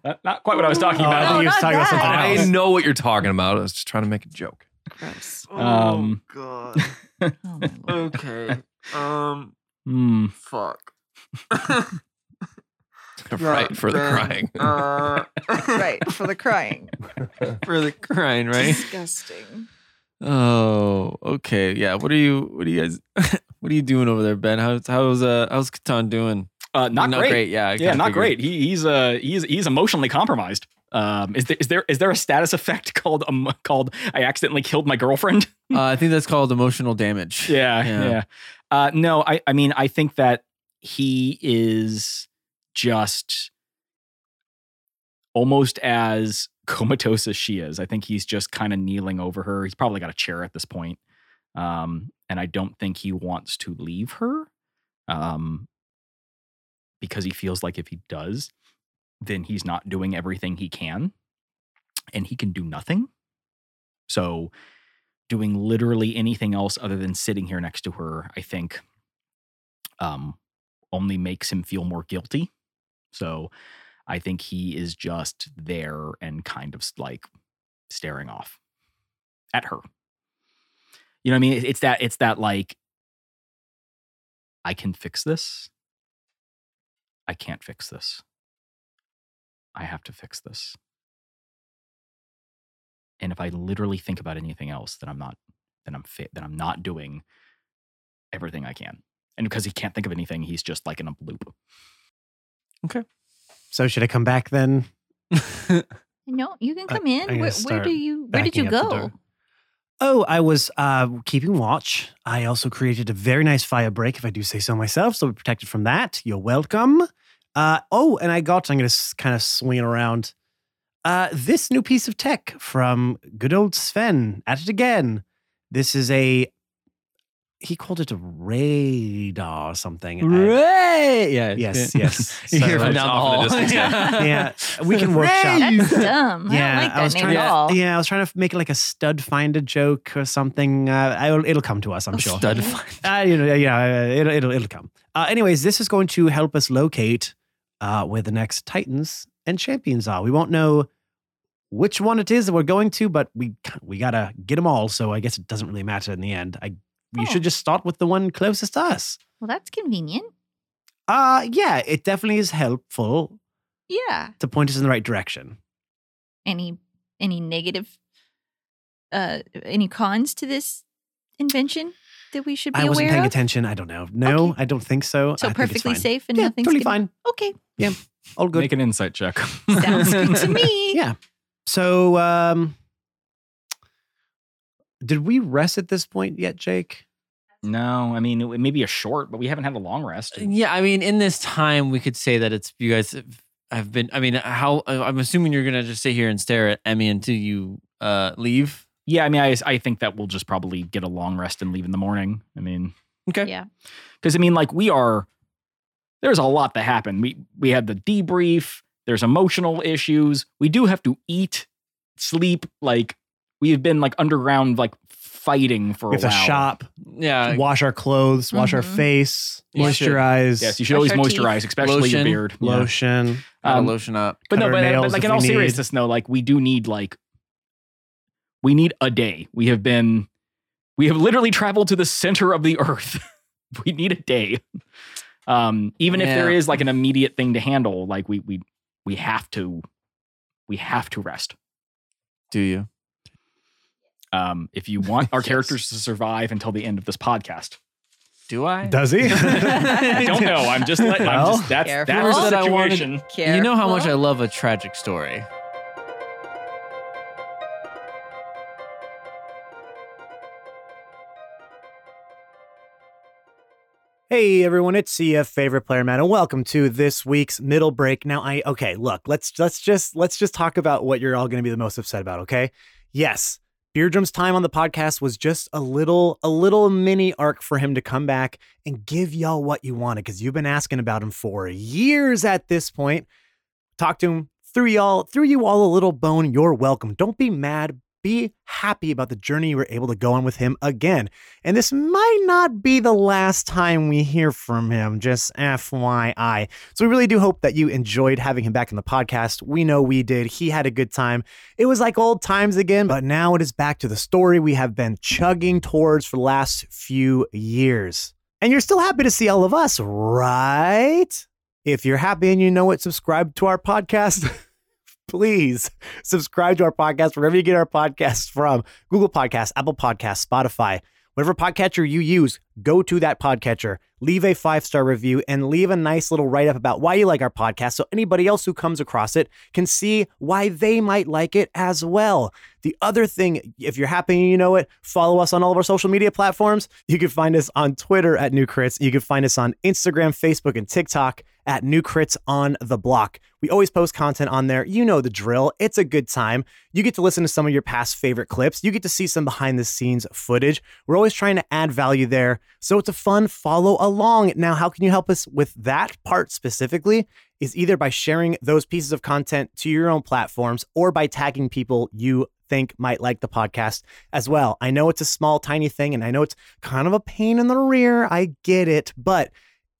Speaker 1: Not- Not quite what I was talking
Speaker 7: Oh, I
Speaker 1: about.
Speaker 7: think he was
Speaker 6: not
Speaker 7: talking about
Speaker 6: that.
Speaker 7: something
Speaker 4: I
Speaker 7: else.
Speaker 4: know what you're talking about. I was just trying to make a joke.
Speaker 5: Gross.
Speaker 1: Um,
Speaker 8: God.
Speaker 5: Oh, my lord.
Speaker 8: Okay. Um.
Speaker 1: hmm.
Speaker 8: Fuck.
Speaker 4: right for the crying.
Speaker 8: Uh,
Speaker 5: right. For the crying.
Speaker 2: for the crying, right?
Speaker 5: Disgusting.
Speaker 2: Oh, okay. Yeah. What are you? What are you guys? what are you doing over there, Ben? How's how's uh how's Catan doing?
Speaker 1: Uh, not,
Speaker 2: not
Speaker 1: great.
Speaker 2: Yeah. I kinda
Speaker 1: Yeah, not
Speaker 2: figured.
Speaker 1: great. He, he's uh, he's he's emotionally compromised. Um, is there is there is there a status effect called um called I accidentally killed my girlfriend?
Speaker 2: Uh, I think that's called emotional damage.
Speaker 1: Yeah,
Speaker 2: Yeah.
Speaker 1: yeah. Uh, no, I, I mean, I think that he is just almost as comatose as she is. I think he's just kind of kneeling over her. He's probably got a chair at this point. Um, and I don't think he wants to leave her um, because he feels like if he does, then he's not doing everything he can and he can do nothing. So, doing literally anything else other than sitting here next to her, I think um only makes him feel more guilty. So I think he is just there and kind of like staring off at her. You know what I mean? It- It's that it's that like I can fix this. I can't fix this. I have to fix this. And if I literally think about anything else, then I'm not, then I'm fit, then I'm not doing everything I can. And because he can't think of anything, he's just like in a loop.
Speaker 7: So should I come back then?
Speaker 6: No, you can
Speaker 7: I-
Speaker 6: come in.
Speaker 7: I'm gonna
Speaker 6: Where, where
Speaker 7: start
Speaker 6: do you? Where did you
Speaker 7: backing up the
Speaker 6: go?
Speaker 7: door. Oh, I was uh, keeping watch. I also created a very nice fire break, if I do say so myself, so we're protected from that. You're welcome. Uh, oh, and I got, I'm going to kind of swing it around. Uh, this new piece of tech from good old Sven at it again. This is a, he called it a radar or something. I-
Speaker 2: Right. Yeah.
Speaker 7: yes, yes.
Speaker 2: You hear
Speaker 7: So-
Speaker 2: from down
Speaker 4: it's
Speaker 2: the
Speaker 4: off in
Speaker 2: hall.
Speaker 4: the distance,
Speaker 7: yeah, we can workshop.
Speaker 6: That's dumb. I
Speaker 7: Yeah,
Speaker 6: don't like that
Speaker 7: I was
Speaker 6: name
Speaker 7: trying
Speaker 6: at
Speaker 2: to-
Speaker 6: all.
Speaker 7: Yeah, I was trying to make like a stud finder joke or something. Uh, I'll, it'll come to us, I'm sure.
Speaker 2: Stud
Speaker 6: Okay.
Speaker 2: find.
Speaker 7: Uh, you know, yeah, it'll, it'll, it'll come. Uh, anyways, this is going to help us locate uh, where the next Titans and champions are. We won't know which one it is that we're going to, but we we gotta get them all. So I guess it doesn't really matter in the end. I you
Speaker 6: Oh.
Speaker 7: should just start with the one closest to us.
Speaker 6: Well, that's convenient.
Speaker 7: Uh yeah, it definitely is helpful
Speaker 6: Yeah.
Speaker 7: to point us in the right direction.
Speaker 6: Any any negative, uh, any cons to this invention that we should be
Speaker 7: I wasn't
Speaker 6: aware
Speaker 7: paying
Speaker 6: of?
Speaker 7: attention. I don't know. No,
Speaker 6: Okay.
Speaker 7: I don't think so.
Speaker 6: So
Speaker 7: I think it's
Speaker 6: perfectly
Speaker 7: fine.
Speaker 6: safe and
Speaker 7: Yeah,
Speaker 6: nothing's
Speaker 7: totally
Speaker 6: gonna-
Speaker 7: fine.
Speaker 6: Okay,
Speaker 7: All good.
Speaker 1: Make an insight check.
Speaker 6: sounds good to me.
Speaker 7: Yeah. So, um, did we rest at this point yet, Jake?
Speaker 1: no, I mean, it, may be a short, but we haven't had a long rest.
Speaker 2: Yeah, I mean, in this time, we could say that it's you guys have- have been. I mean, how uh, I'm assuming you're gonna just sit here and stare at Emmy until you uh leave.
Speaker 1: Yeah, I mean, I, I think that we'll just probably get a long rest and leave in the morning. I mean,
Speaker 2: Okay.
Speaker 6: Yeah.
Speaker 1: because I mean, like we are. There's a lot that happened. We we had the debrief. There's emotional issues. We do have to eat, sleep. Like we have been like underground like f- fighting for
Speaker 7: We
Speaker 1: a
Speaker 7: have to
Speaker 1: while. Uh,
Speaker 7: shop,
Speaker 2: Yeah.
Speaker 7: wash our clothes, wash our
Speaker 5: Mhm.
Speaker 7: face,
Speaker 2: You should.
Speaker 7: moisturize,
Speaker 1: Yes, you should
Speaker 2: Brush
Speaker 1: always
Speaker 2: our teeth.
Speaker 1: moisturize, especially your
Speaker 2: Lotion.
Speaker 1: beard. Yeah.
Speaker 7: lotion.
Speaker 2: gotta
Speaker 1: Um,
Speaker 2: lotion up.
Speaker 1: but
Speaker 7: cut
Speaker 1: no,
Speaker 7: our
Speaker 1: but, but
Speaker 7: nails
Speaker 1: like
Speaker 7: if
Speaker 1: in
Speaker 7: we
Speaker 1: all
Speaker 7: need.
Speaker 1: seriousness, no, like we do need like we need a day. We have been we have literally traveled to the center of the earth. we need a day. Um, even if there
Speaker 2: Yeah.
Speaker 1: is like an immediate thing to handle, like we we we have to we have to rest.
Speaker 2: Do you?
Speaker 1: Um, if you want our
Speaker 2: Yes.
Speaker 1: characters to survive until the end of this podcast,
Speaker 2: Do I?
Speaker 7: Does he?
Speaker 1: I don't know. I'm just let, I'm
Speaker 7: Well,
Speaker 1: just that's
Speaker 5: Careful.
Speaker 1: that's the
Speaker 2: That I wanted-
Speaker 1: situation.
Speaker 5: Careful.
Speaker 2: You know how much I love a tragic story.
Speaker 7: Hey everyone, it's CF favorite player Matt, and welcome to this week's middle break. Now, I okay, look, let's let's just let's just talk about what you're all going to be the most upset about, okay? Yes, Beardrum's time on the podcast was just a little a little mini arc for him to come back and give y'all what you wanted because you've been asking about him for years at this point. Talk to him, threw y'all threw you all a little bone. You're welcome. Don't be mad. Be happy about the journey you were able to go on with him again. And this might not be the last time we hear from him, just FYI. So we really do hope that you enjoyed having him back in the podcast. We know we did. He had a good time. It was like old times again, but now it is back to the story we have been chugging towards for the last few years. And you're still happy to see all of us, right? If you're happy and you know it, subscribe to our podcast. Please subscribe to our podcast wherever you get our podcasts from Google Podcasts, Apple Podcasts, Spotify whatever podcatcher you use, go to that podcatcher, leave a five star review, and leave a nice little write up about why you like our podcast so anybody else who comes across it can see why they might like it as well. The other thing, if you're happy and you know it, follow us on all of our social media platforms. You can find us on Twitter at New Crits. You can find us on Instagram, Facebook, and TikTok at New Crits on the Block. We always post content on there. You know the drill. It's a good time. You get to listen to some of your past favorite clips. You get to see some behind the scenes footage. We're always trying to add value there. So it's a fun follow along. Now, how can you help us with that part specifically? Is either by sharing those pieces of content to your own platforms or by tagging people you think might like the podcast as well. I know it's a small, tiny thing, and I know it's kind of a pain in the rear. I get it, but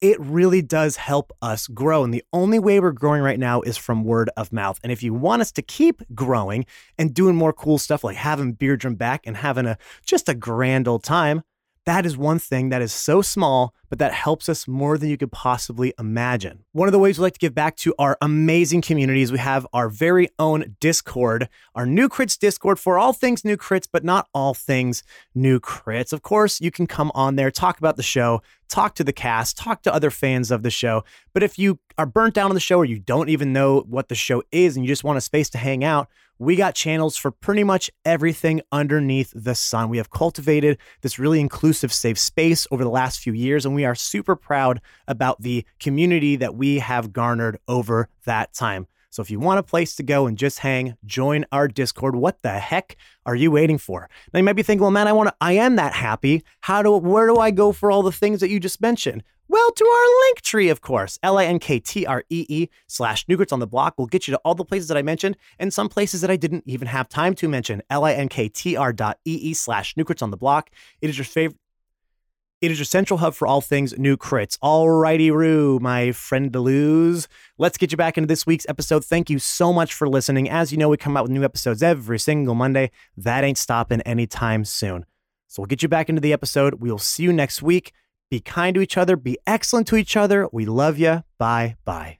Speaker 7: it really does help us grow. And the only way we're growing right now is from word of mouth. And if you want us to keep growing and doing more cool stuff like having Beardrum back and having a just a grand old time, that is one thing that is so small, but that helps us more than you could possibly imagine. One of the ways we like to give back to our amazing communities, we have our very own Discord, our New Crits Discord for all things New Crits, but not all things New Crits. Of course, you can come on there, talk about the show, talk to the cast, talk to other fans of the show. But if you are burnt out on the show or you don't even know what the show is and you just want a space to hang out, we got channels for pretty much everything underneath the sun. We have cultivated this really inclusive, safe space over the last few years, and we are super proud about the community that we have garnered over that time. So if you want a place to go and just hang, join our Discord. What the heck are you waiting for? Now you might be thinking, well, man, I want to, I am that happy. How do, where do I go for all the things that you just mentioned? Well, to our link tree, of course, L-I-N-K-T-R-E-E E slash Nugrits on the Block will get you to all the places that I mentioned and some places that I didn't even have time to mention. L-I-N-K-T-R dot E-E slash Nugrits on the Block. It is your favorite. It is your central hub for all things new crits. Alrighty, Roo, my friend Deleuze. Let's get you back into this week's episode. Thank you so much for listening. As you know, we come out with new episodes every single Monday. That ain't stopping anytime soon. So we'll get you back into the episode. We'll see you next week. Be kind to each other. Be excellent to each other. We love you. Bye bye.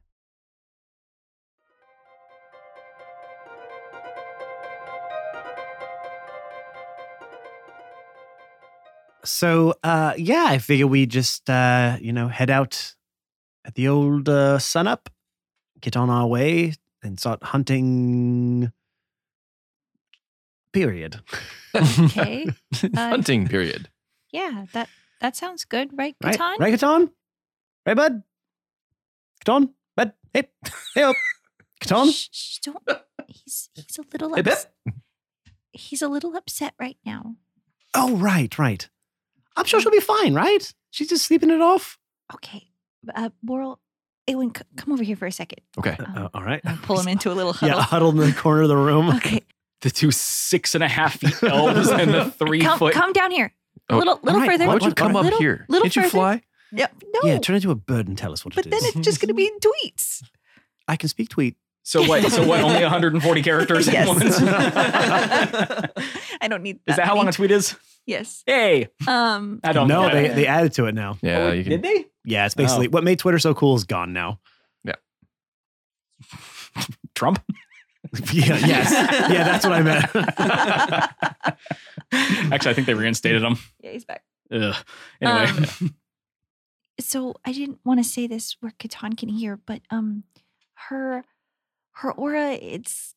Speaker 7: So uh yeah, I figure we just uh, you know, head out at the old uh, sun up, get on our way, and start hunting period.
Speaker 6: Okay. Uh,
Speaker 4: Hunting period.
Speaker 6: yeah, that that sounds good, right,
Speaker 7: Right?
Speaker 6: Catan?
Speaker 7: Right, Katon? Right, bud? Katon? Bud? Hey. Hey oh. up. Katon?
Speaker 6: Shh, shh, don't. He's he's a little
Speaker 4: Hey,
Speaker 6: ups- he's a little upset right now.
Speaker 7: Oh, right, right. I'm sure she'll be fine, right? She's just sleeping it off.
Speaker 6: Okay, uh, Boral, Ewan, c- come over here for a second.
Speaker 4: Okay.
Speaker 6: Um,
Speaker 7: Uh, all right.
Speaker 5: Uh, pull him into a little
Speaker 7: Yeah,
Speaker 5: huddle.
Speaker 7: huddled in the corner of the room.
Speaker 6: Okay,
Speaker 1: the two six and a half feet elves and the three
Speaker 6: Come,
Speaker 1: foot.
Speaker 6: come down here. A
Speaker 4: Oh,
Speaker 6: little, little
Speaker 7: right.
Speaker 6: further.
Speaker 4: Why would you
Speaker 7: What-
Speaker 4: come
Speaker 7: what-
Speaker 4: up
Speaker 6: little-
Speaker 4: here?
Speaker 6: little
Speaker 4: Can't you
Speaker 6: further.
Speaker 4: fly?
Speaker 6: Yep. No.
Speaker 7: Yeah, turn into a bird and tell us what
Speaker 5: But
Speaker 7: it
Speaker 5: then
Speaker 7: is.
Speaker 5: it's just going to be tweets.
Speaker 7: I can speak tweet.
Speaker 1: So what? So what? Only 140 characters
Speaker 5: Yes.
Speaker 1: at once.
Speaker 5: I don't need that.
Speaker 1: Is that how
Speaker 5: many.
Speaker 1: long a tweet is?
Speaker 5: Yes.
Speaker 1: Hey,
Speaker 5: Um,
Speaker 1: I don't
Speaker 7: no,
Speaker 1: know.
Speaker 7: they, they added to it Oh. now.
Speaker 4: Yeah, you
Speaker 1: did
Speaker 4: can.
Speaker 1: they?
Speaker 7: Yeah, it's basically what made Twitter so cool is gone now.
Speaker 1: Trump?
Speaker 7: yeah, yes. Yeah, that's what I meant.
Speaker 1: Actually, I think they reinstated him.
Speaker 5: yeah, he's back.
Speaker 1: Ugh. Anyway,
Speaker 5: Um,
Speaker 6: so I didn't want to say this where Catan can hear, but um, her, her aura, it's,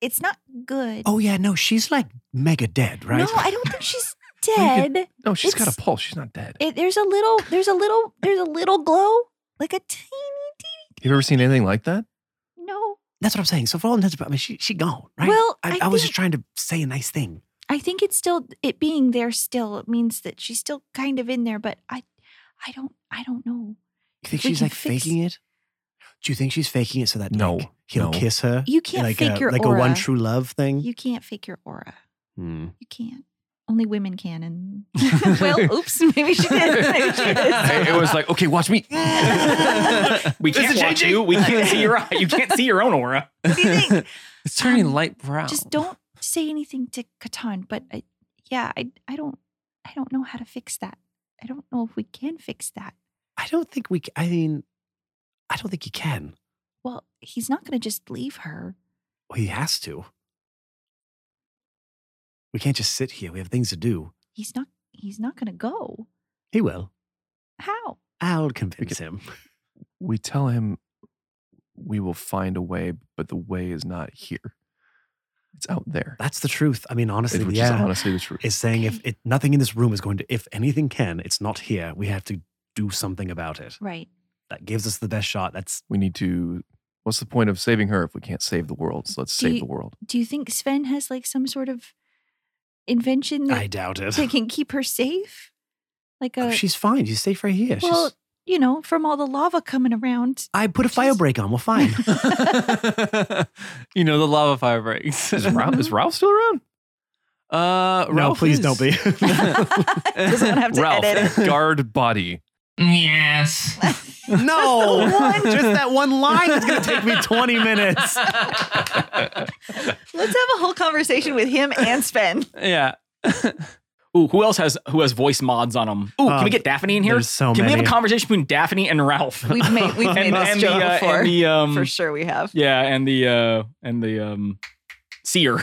Speaker 6: it's not good.
Speaker 7: oh yeah, no, she's like mega dead, right?
Speaker 6: No, I don't think she's
Speaker 4: can-
Speaker 6: dead.
Speaker 4: No, she's got
Speaker 6: It's-
Speaker 4: a pulse. She's not dead.
Speaker 6: It, there's a little, there's a little, there's a little glow, like a teeny,
Speaker 4: You ever seen anything like that?
Speaker 6: teeny. No,
Speaker 7: That's what I'm saying. So for all intents and purposes, I mean, she she gone, right?
Speaker 6: Well,
Speaker 7: I,
Speaker 6: I
Speaker 7: I, was
Speaker 6: think-
Speaker 7: just trying to say a nice thing.
Speaker 6: I think it's still it being there. Still, it means that she's still kind of in there, but I, I don't, I don't know.
Speaker 7: You think
Speaker 6: We
Speaker 7: she's
Speaker 6: can
Speaker 7: like
Speaker 6: fix-
Speaker 7: faking it? Do you think she's faking it so that
Speaker 4: No,
Speaker 7: like, he'll
Speaker 4: no.
Speaker 7: kiss her?
Speaker 6: You can't
Speaker 7: like
Speaker 6: fake
Speaker 7: a,
Speaker 6: your
Speaker 7: like
Speaker 6: aura.
Speaker 7: a one true love thing.
Speaker 1: Mm-hmm.
Speaker 6: You can't fake your aura.
Speaker 7: Hmm.
Speaker 1: Mm.
Speaker 6: You can't. Only women can. And well, oops, maybe she did. Maybe she
Speaker 4: Hey,
Speaker 6: did.
Speaker 4: it was like, okay, watch me.
Speaker 1: we can't
Speaker 4: is
Speaker 1: watch you. We can't see your eye. You can't see your own aura.
Speaker 6: What do you think?
Speaker 2: It's turning
Speaker 6: Um,
Speaker 2: light brown.
Speaker 6: Just don't say anything to Catan. But I, yeah, I, I don't, I don't know how to fix that. I don't know if we can fix that.
Speaker 7: I don't think we. c- I mean, I don't think he can.
Speaker 6: Well, he's not going to just leave her.
Speaker 7: Well, he has to. We can't just sit here. We have things to do.
Speaker 6: He's not. He's not going to go.
Speaker 7: He will.
Speaker 6: How?
Speaker 7: I'll convince him.
Speaker 4: We tell him we will find a way, but the way is not here. It's out there,
Speaker 7: That's the truth. I mean, honestly,
Speaker 4: which
Speaker 7: yeah,
Speaker 4: is honestly the truth.
Speaker 7: is saying if
Speaker 6: Okay.
Speaker 7: it, nothing in this room is going to, if anything can, it's not here. We have to do something about it.
Speaker 6: Right.
Speaker 7: That gives us the best shot. That's
Speaker 4: We need to. What's the point of saving her if we can't save the world? So let's
Speaker 6: Do
Speaker 4: save
Speaker 6: you-
Speaker 4: the world.
Speaker 6: Do you think Sven has like some sort of invention
Speaker 7: I
Speaker 6: that,
Speaker 7: doubt it.
Speaker 6: that can keep her safe? Like a
Speaker 7: Oh, she's fine. She's safe right here. She's-
Speaker 6: well, you know, from all the lava coming around.
Speaker 7: I put a fire
Speaker 6: she's-
Speaker 7: break on. We're fine.
Speaker 2: you know the lava fire breaks.
Speaker 4: Is Ralph, is Ralph still around?
Speaker 2: Uh,
Speaker 7: no,
Speaker 2: Ralph
Speaker 7: please
Speaker 2: is-
Speaker 7: don't be.
Speaker 5: Doesn't have to
Speaker 4: Ralph,
Speaker 5: edit.
Speaker 4: guard body.
Speaker 2: yes.
Speaker 7: no, just that one line is going to take me 20 minutes.
Speaker 5: Let's have a whole conversation with him and Sven.
Speaker 2: yeah.
Speaker 1: Ooh, who else has who has voice mods on them? Ooh, can
Speaker 7: Um,
Speaker 1: we get Daphne in here?
Speaker 7: There's so
Speaker 1: can
Speaker 7: many.
Speaker 1: we have a conversation between Daphne and Ralph?
Speaker 5: We've made we've made
Speaker 1: and,
Speaker 5: this
Speaker 1: and the,
Speaker 5: joke
Speaker 1: uh,
Speaker 5: before.
Speaker 1: and the um,
Speaker 5: For sure, we have.
Speaker 1: yeah, and the uh, and the um, seer.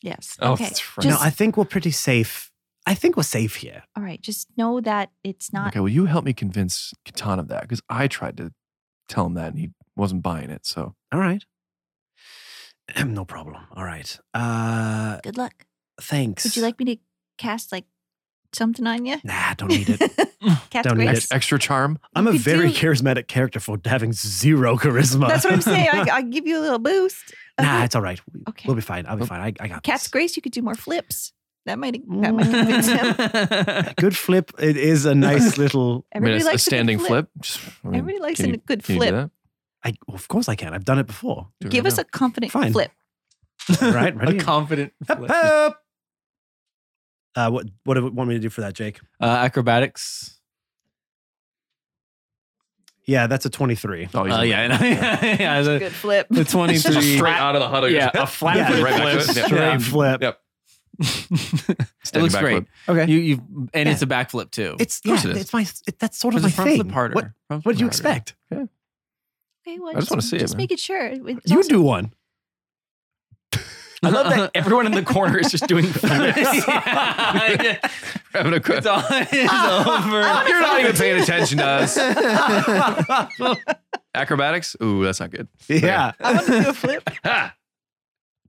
Speaker 6: Yes.
Speaker 4: Oh,
Speaker 6: okay.
Speaker 4: that's right.
Speaker 6: Just,
Speaker 7: no, I think we're pretty safe. I think we're safe here.
Speaker 6: all right. Just know that it's not.
Speaker 4: Okay, well, you help me convince Catan of that because I tried to tell him that and he wasn't buying it. So
Speaker 7: All right. no problem. All right. Uh,
Speaker 6: Good luck.
Speaker 7: thanks.
Speaker 6: Would you like me to cast like something on you?
Speaker 7: Nah, don't need it.
Speaker 6: Cast
Speaker 7: Don't need
Speaker 6: grapes?
Speaker 7: it.
Speaker 4: extra charm.
Speaker 7: I'm a
Speaker 6: could
Speaker 7: very
Speaker 6: do-
Speaker 7: charismatic character for having zero charisma.
Speaker 5: That's what I'm saying. I, I give you a little boost.
Speaker 7: nah, it's all right. We-
Speaker 6: Okay.
Speaker 7: We'll be fine. I'll be fine. I, I got
Speaker 5: Cat's
Speaker 7: this.
Speaker 5: Grace, you could do more flips. That might that
Speaker 2: Mm.
Speaker 5: might convince him.
Speaker 7: Good flip. It is a nice little.
Speaker 5: Everybody
Speaker 4: I mean, a- a,
Speaker 5: likes
Speaker 4: standing
Speaker 5: a good
Speaker 4: flip. Just, I mean,
Speaker 5: Everybody likes
Speaker 4: can
Speaker 5: a
Speaker 4: you-
Speaker 5: good
Speaker 4: can you do
Speaker 5: flip.
Speaker 4: that?
Speaker 7: I, well, of course I can. I've done it before.
Speaker 4: Do it
Speaker 5: Give
Speaker 4: right
Speaker 5: us
Speaker 4: now.
Speaker 5: a confident
Speaker 7: Fine.
Speaker 5: flip.
Speaker 7: All right, ready?
Speaker 2: A confident
Speaker 7: Hup,
Speaker 2: flip. Uh,
Speaker 7: hup. Uh, what what do you want me to do for that, Jake?
Speaker 2: Uh, acrobatics.
Speaker 7: Yeah, that's a twenty-three.
Speaker 4: Oh, he's
Speaker 2: Uh,
Speaker 4: in
Speaker 2: yeah,
Speaker 4: there.
Speaker 2: yeah, yeah, the,
Speaker 5: Good flip.
Speaker 2: the
Speaker 4: Just
Speaker 2: twenty-three.
Speaker 4: straight out of the huddle.
Speaker 1: Yeah, a flat
Speaker 7: Yeah,
Speaker 1: foot
Speaker 4: right back
Speaker 1: flip.
Speaker 4: to it.
Speaker 7: Straight
Speaker 2: Yeah.
Speaker 7: flip.
Speaker 4: Yeah.
Speaker 2: it
Speaker 4: Standing
Speaker 2: looks
Speaker 4: back
Speaker 2: great.
Speaker 4: flip.
Speaker 7: Okay.
Speaker 2: You, you, and it's a backflip too.
Speaker 7: It's
Speaker 4: Of course
Speaker 7: yeah,
Speaker 4: it is.
Speaker 7: it's my it, that's sort
Speaker 2: It's
Speaker 7: of my
Speaker 2: a front
Speaker 7: thing.
Speaker 2: flip harder.
Speaker 7: What,
Speaker 2: Front
Speaker 7: what
Speaker 2: flip
Speaker 7: do you
Speaker 2: harder.
Speaker 7: expect?
Speaker 6: Okay, well,
Speaker 4: I just wanna see it,
Speaker 6: Just
Speaker 4: man.
Speaker 6: making sure. It's
Speaker 7: You
Speaker 6: also-
Speaker 7: do one.
Speaker 1: I love that everyone in the corner is just doing flips.
Speaker 2: Yeah.
Speaker 4: Having a quick-
Speaker 2: It's, all, it's
Speaker 4: You're not even paying attention to us.
Speaker 2: over.
Speaker 4: Acrobatics? Ooh, that's not good.
Speaker 7: Yeah.
Speaker 5: I want to do a flip.
Speaker 4: Ha!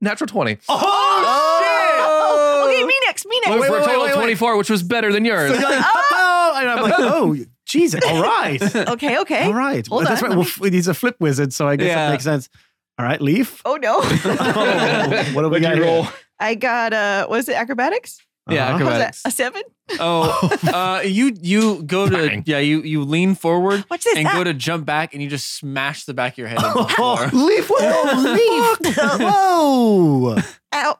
Speaker 4: Natural 20.
Speaker 7: Oh!
Speaker 5: Oh, Okay, me next. Me next.
Speaker 4: Well, for a
Speaker 7: wait,
Speaker 4: total
Speaker 7: wait,
Speaker 4: of
Speaker 7: wait.
Speaker 4: 24, which was better than yours.
Speaker 7: So you're like, oh, and I'm like, oh, Jesus. All right.
Speaker 5: Okay, okay.
Speaker 7: All right.
Speaker 5: Eh? Hold
Speaker 7: that's
Speaker 5: on,
Speaker 7: right.
Speaker 5: let
Speaker 7: Well, f- he's a flip wizard, so I guess
Speaker 2: Yeah.
Speaker 7: that makes sense. All right, leaf.
Speaker 5: Oh no.
Speaker 7: Oh, what do we
Speaker 1: What'd
Speaker 7: got
Speaker 1: you
Speaker 7: here?
Speaker 1: roll?
Speaker 5: I got uh was it acrobatics?
Speaker 2: Yeah,
Speaker 5: What
Speaker 7: Uh-huh.
Speaker 5: was
Speaker 2: acrobatics.
Speaker 5: that? A seven?
Speaker 2: Oh, uh, you you go to
Speaker 4: Bang.
Speaker 2: yeah you you lean forward
Speaker 5: Watch this.
Speaker 2: and
Speaker 5: Ah.
Speaker 2: go to jump back and you just smash the back of your head. Into the
Speaker 7: Oh,
Speaker 2: floor.
Speaker 7: leaf. Whoa, leaf. Whoa.
Speaker 5: Ah, Ow.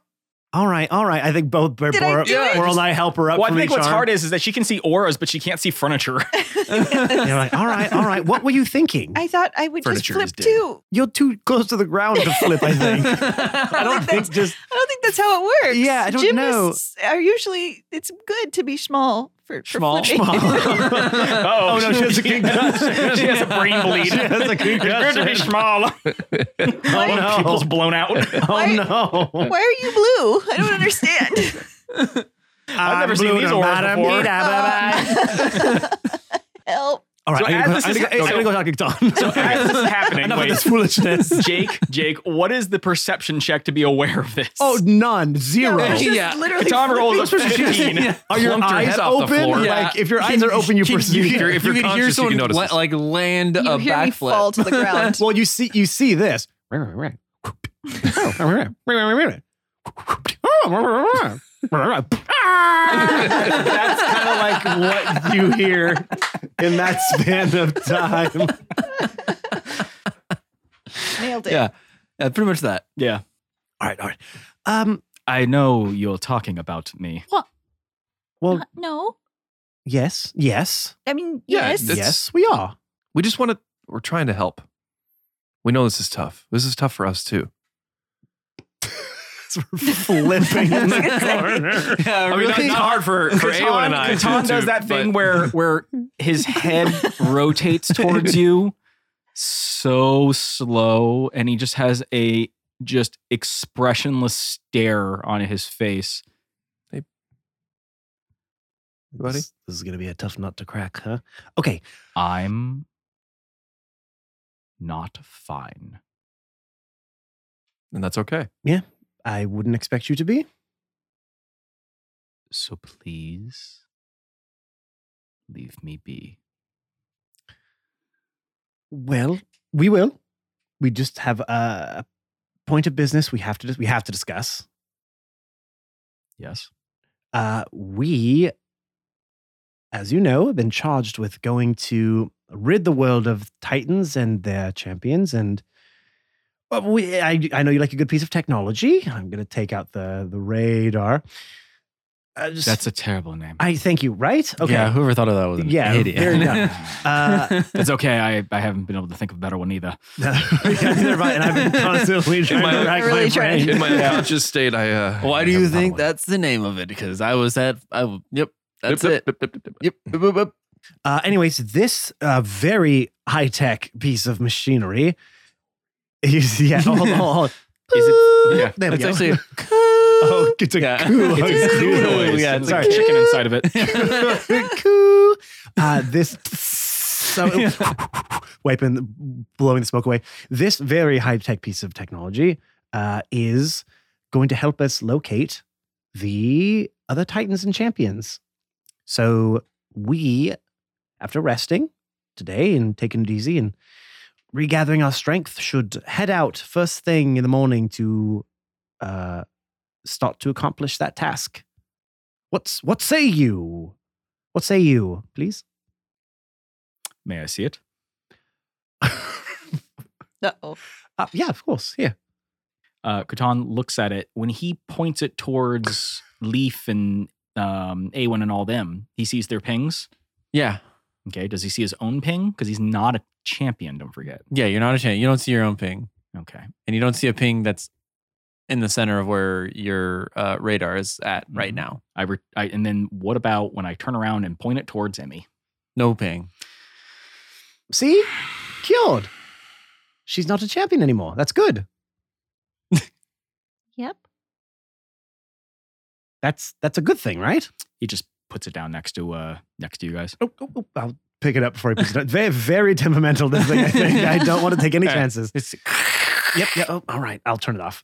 Speaker 7: all right, all right. I think both Bor-
Speaker 5: Did I
Speaker 7: Bor-
Speaker 5: do it?
Speaker 7: Boral and I help her up
Speaker 1: well, I
Speaker 7: from
Speaker 1: think
Speaker 7: each
Speaker 1: what's
Speaker 7: arm.
Speaker 1: hard is, is that she can see auras, but she can't see furniture.
Speaker 7: And You're like, all right, all right. What were you thinking?
Speaker 5: I thought I would just
Speaker 1: Furniture is
Speaker 5: flip
Speaker 1: dead.
Speaker 5: too.
Speaker 7: You're too close to the ground to flip. I think. I
Speaker 5: I
Speaker 7: don't
Speaker 5: think
Speaker 7: think
Speaker 5: that's,
Speaker 7: just
Speaker 5: I don't think that's how it works.
Speaker 7: Yeah, I don't know.
Speaker 5: Gymnasts are usually it's good to be small for, for
Speaker 2: Small?
Speaker 5: flipping.
Speaker 1: oh,
Speaker 7: no, she has a concussion.
Speaker 1: she has a brain bleed.
Speaker 7: She has a
Speaker 1: It's good to be
Speaker 7: concussion.
Speaker 1: small.
Speaker 7: Oh, no.
Speaker 1: People's blown out.
Speaker 7: Oh
Speaker 5: Why-
Speaker 7: no!
Speaker 5: Why are you blue? I don't understand.
Speaker 1: I've never seen these oars before.
Speaker 5: Help.
Speaker 7: All
Speaker 1: So
Speaker 7: right, I'm
Speaker 1: as
Speaker 7: gonna,
Speaker 1: this
Speaker 7: go, I'm,
Speaker 1: is-
Speaker 7: gonna, go- I'm gonna go talk to Don.
Speaker 1: So as this is happening,
Speaker 7: Enough
Speaker 1: wait.
Speaker 7: of this foolishness.
Speaker 1: Jake, Jake, what is the perception check to be aware of this?
Speaker 7: Oh, none, zero.
Speaker 5: No, it's just
Speaker 2: Yeah.
Speaker 5: literally
Speaker 1: Tom rolls a 15.
Speaker 7: Are your
Speaker 4: Clunked her
Speaker 7: eyes
Speaker 4: head off the
Speaker 7: open?
Speaker 4: floor.
Speaker 2: Yeah.
Speaker 7: Like if your eyes are open, you
Speaker 2: Can-
Speaker 7: perceive.
Speaker 4: hear- if
Speaker 2: you can hear
Speaker 4: you're conscious, you can
Speaker 2: someone
Speaker 4: notice
Speaker 2: la-
Speaker 4: this.
Speaker 2: like land
Speaker 1: uh,
Speaker 5: You
Speaker 2: a
Speaker 5: hear me
Speaker 2: backflip.
Speaker 5: fall to the ground.
Speaker 7: well, you see, you see this. That's kind of like what you hear in that span of time.
Speaker 5: Nailed it.
Speaker 2: Yeah. yeah, pretty much that.
Speaker 1: Yeah.
Speaker 7: All right, all right. Um,
Speaker 1: I know you're talking about me.
Speaker 7: well,
Speaker 6: Uh, no.
Speaker 7: yes, yes,
Speaker 5: I mean,
Speaker 4: Yeah,
Speaker 5: yes.
Speaker 4: That's-
Speaker 7: yes, we are.
Speaker 4: We just want to, we're trying to help. We know this is tough. This is tough for us too.
Speaker 7: Flipping in the corner.
Speaker 2: Yeah,
Speaker 4: I mean,
Speaker 2: really.
Speaker 4: it's not hard for, for Awen and I.
Speaker 1: Catan
Speaker 4: to-
Speaker 1: does that thing
Speaker 4: but-
Speaker 1: where where his head rotates towards you so slow, and he just has a just expressionless stare on his face.
Speaker 4: Buddy?
Speaker 7: This, this is gonna be a tough nut to crack, huh? Okay,
Speaker 1: I'm not fine.
Speaker 4: And that's okay.
Speaker 7: I wouldn't expect you to be.
Speaker 1: So please leave me be.
Speaker 7: Well, we will. We just have a point of business we have to dis- we have to discuss.
Speaker 1: Yes.
Speaker 7: Uh, we, as you know, have been charged with going to rid the world of titans and their champions. And well, we, I, I know you like a good piece of technology. I'm going to take out the the radar. Uh, just,
Speaker 1: That's a terrible name.
Speaker 7: I thank you. Right? Okay.
Speaker 2: Yeah, whoever thought of that was an
Speaker 7: Yeah,
Speaker 2: idiot.
Speaker 7: very dumb. Uh,
Speaker 1: it's okay. I, I haven't been able to think of a better one either.
Speaker 7: yeah, neither have I, and I've been constantly trying
Speaker 4: my-
Speaker 7: to rack
Speaker 5: I really
Speaker 7: my
Speaker 5: tried.
Speaker 7: brain.
Speaker 4: In my unconscious state, I. Uh,
Speaker 2: Why
Speaker 4: I
Speaker 2: do you
Speaker 4: haven't thought
Speaker 2: think
Speaker 4: of one.
Speaker 2: that's the name of it? Because I was at, I, yep, that's
Speaker 4: Dip,
Speaker 2: it.
Speaker 4: dip, dip, dip, dip, dip.
Speaker 2: Yep. Boop, boop, boop.
Speaker 7: Uh, anyways, this uh, very high tech piece of machinery. Is, yeah, hold on, hold on.
Speaker 1: Is it- yeah,
Speaker 7: there we
Speaker 2: That's
Speaker 7: go.
Speaker 2: actually
Speaker 7: oh, it's a
Speaker 2: Yeah.
Speaker 7: coo.
Speaker 2: It's a coo noise.
Speaker 7: Yeah,
Speaker 1: it's like
Speaker 7: sorry.
Speaker 1: a chicken inside of it.
Speaker 7: coo. Uh, this. So, wiping, blowing the smoke away. This very high tech piece of technology uh, is going to help us locate the other Titans and champions. So, we, after resting today and taking it easy and regathering our strength, should head out first thing in the morning to uh, start to accomplish that task. What's what say you? What say you, please?
Speaker 1: May I see it?
Speaker 5: Uh-oh.
Speaker 7: Uh, yeah, of course. Yeah.
Speaker 1: Uh, Catan looks at it. When he points it towards Leaf and um, Awen and all them, he sees their pings.
Speaker 2: yeah,
Speaker 1: Okay. Does he see his own ping? Because he's not a champion, don't forget.
Speaker 2: yeah. You're not a champ. You don't see your own ping,
Speaker 1: Okay.
Speaker 2: and you don't see a ping that's in the center of where your uh, radar is at right
Speaker 1: Mhm.
Speaker 2: now.
Speaker 1: I, re- I And then what about when I turn around and point it towards Emmy?
Speaker 2: No ping.
Speaker 7: See, cured. She's not a champion anymore. That's good.
Speaker 6: Yep.
Speaker 7: That's that's a good thing, right?
Speaker 1: He just puts it down next to uh next to you guys.
Speaker 7: Oh, oh, oh, I'll pick it up before he puts it down. Very very temperamental. This thing. I think I don't want to take any
Speaker 2: All right.
Speaker 7: chances.
Speaker 2: It's
Speaker 7: Yep. Yep. Oh, all right. I'll turn it off.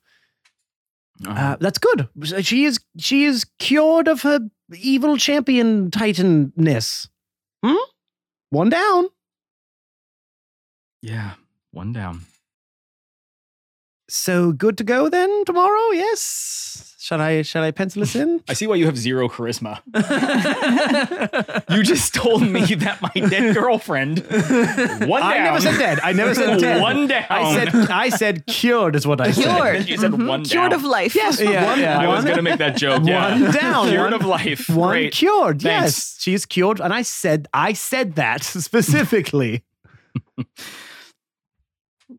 Speaker 1: Uh,
Speaker 7: Uh, that's good. She is she is cured of her evil champion titanness. Hmm. One down.
Speaker 1: yeah. One down.
Speaker 7: So good to go then tomorrow. Yes. Should I should I pencil this in?
Speaker 1: I see why you have zero charisma. You just told me that my dead girlfriend. One
Speaker 7: I
Speaker 1: down.
Speaker 7: never said dead. I never said dead.
Speaker 1: One down.
Speaker 7: I said I said cured is what I said.
Speaker 5: Cured.
Speaker 1: You said
Speaker 5: Mhm.
Speaker 1: one
Speaker 5: Cured
Speaker 1: down.
Speaker 5: of life. Yes.
Speaker 7: Yeah,
Speaker 1: One-
Speaker 7: yeah.
Speaker 1: I was
Speaker 7: One-
Speaker 1: gonna make that joke. yeah.
Speaker 7: One down,
Speaker 1: Cured
Speaker 7: one-
Speaker 1: of life.
Speaker 7: One
Speaker 1: Great.
Speaker 7: cured.
Speaker 1: Thanks.
Speaker 7: Yes, she is cured, and I said I said that specifically.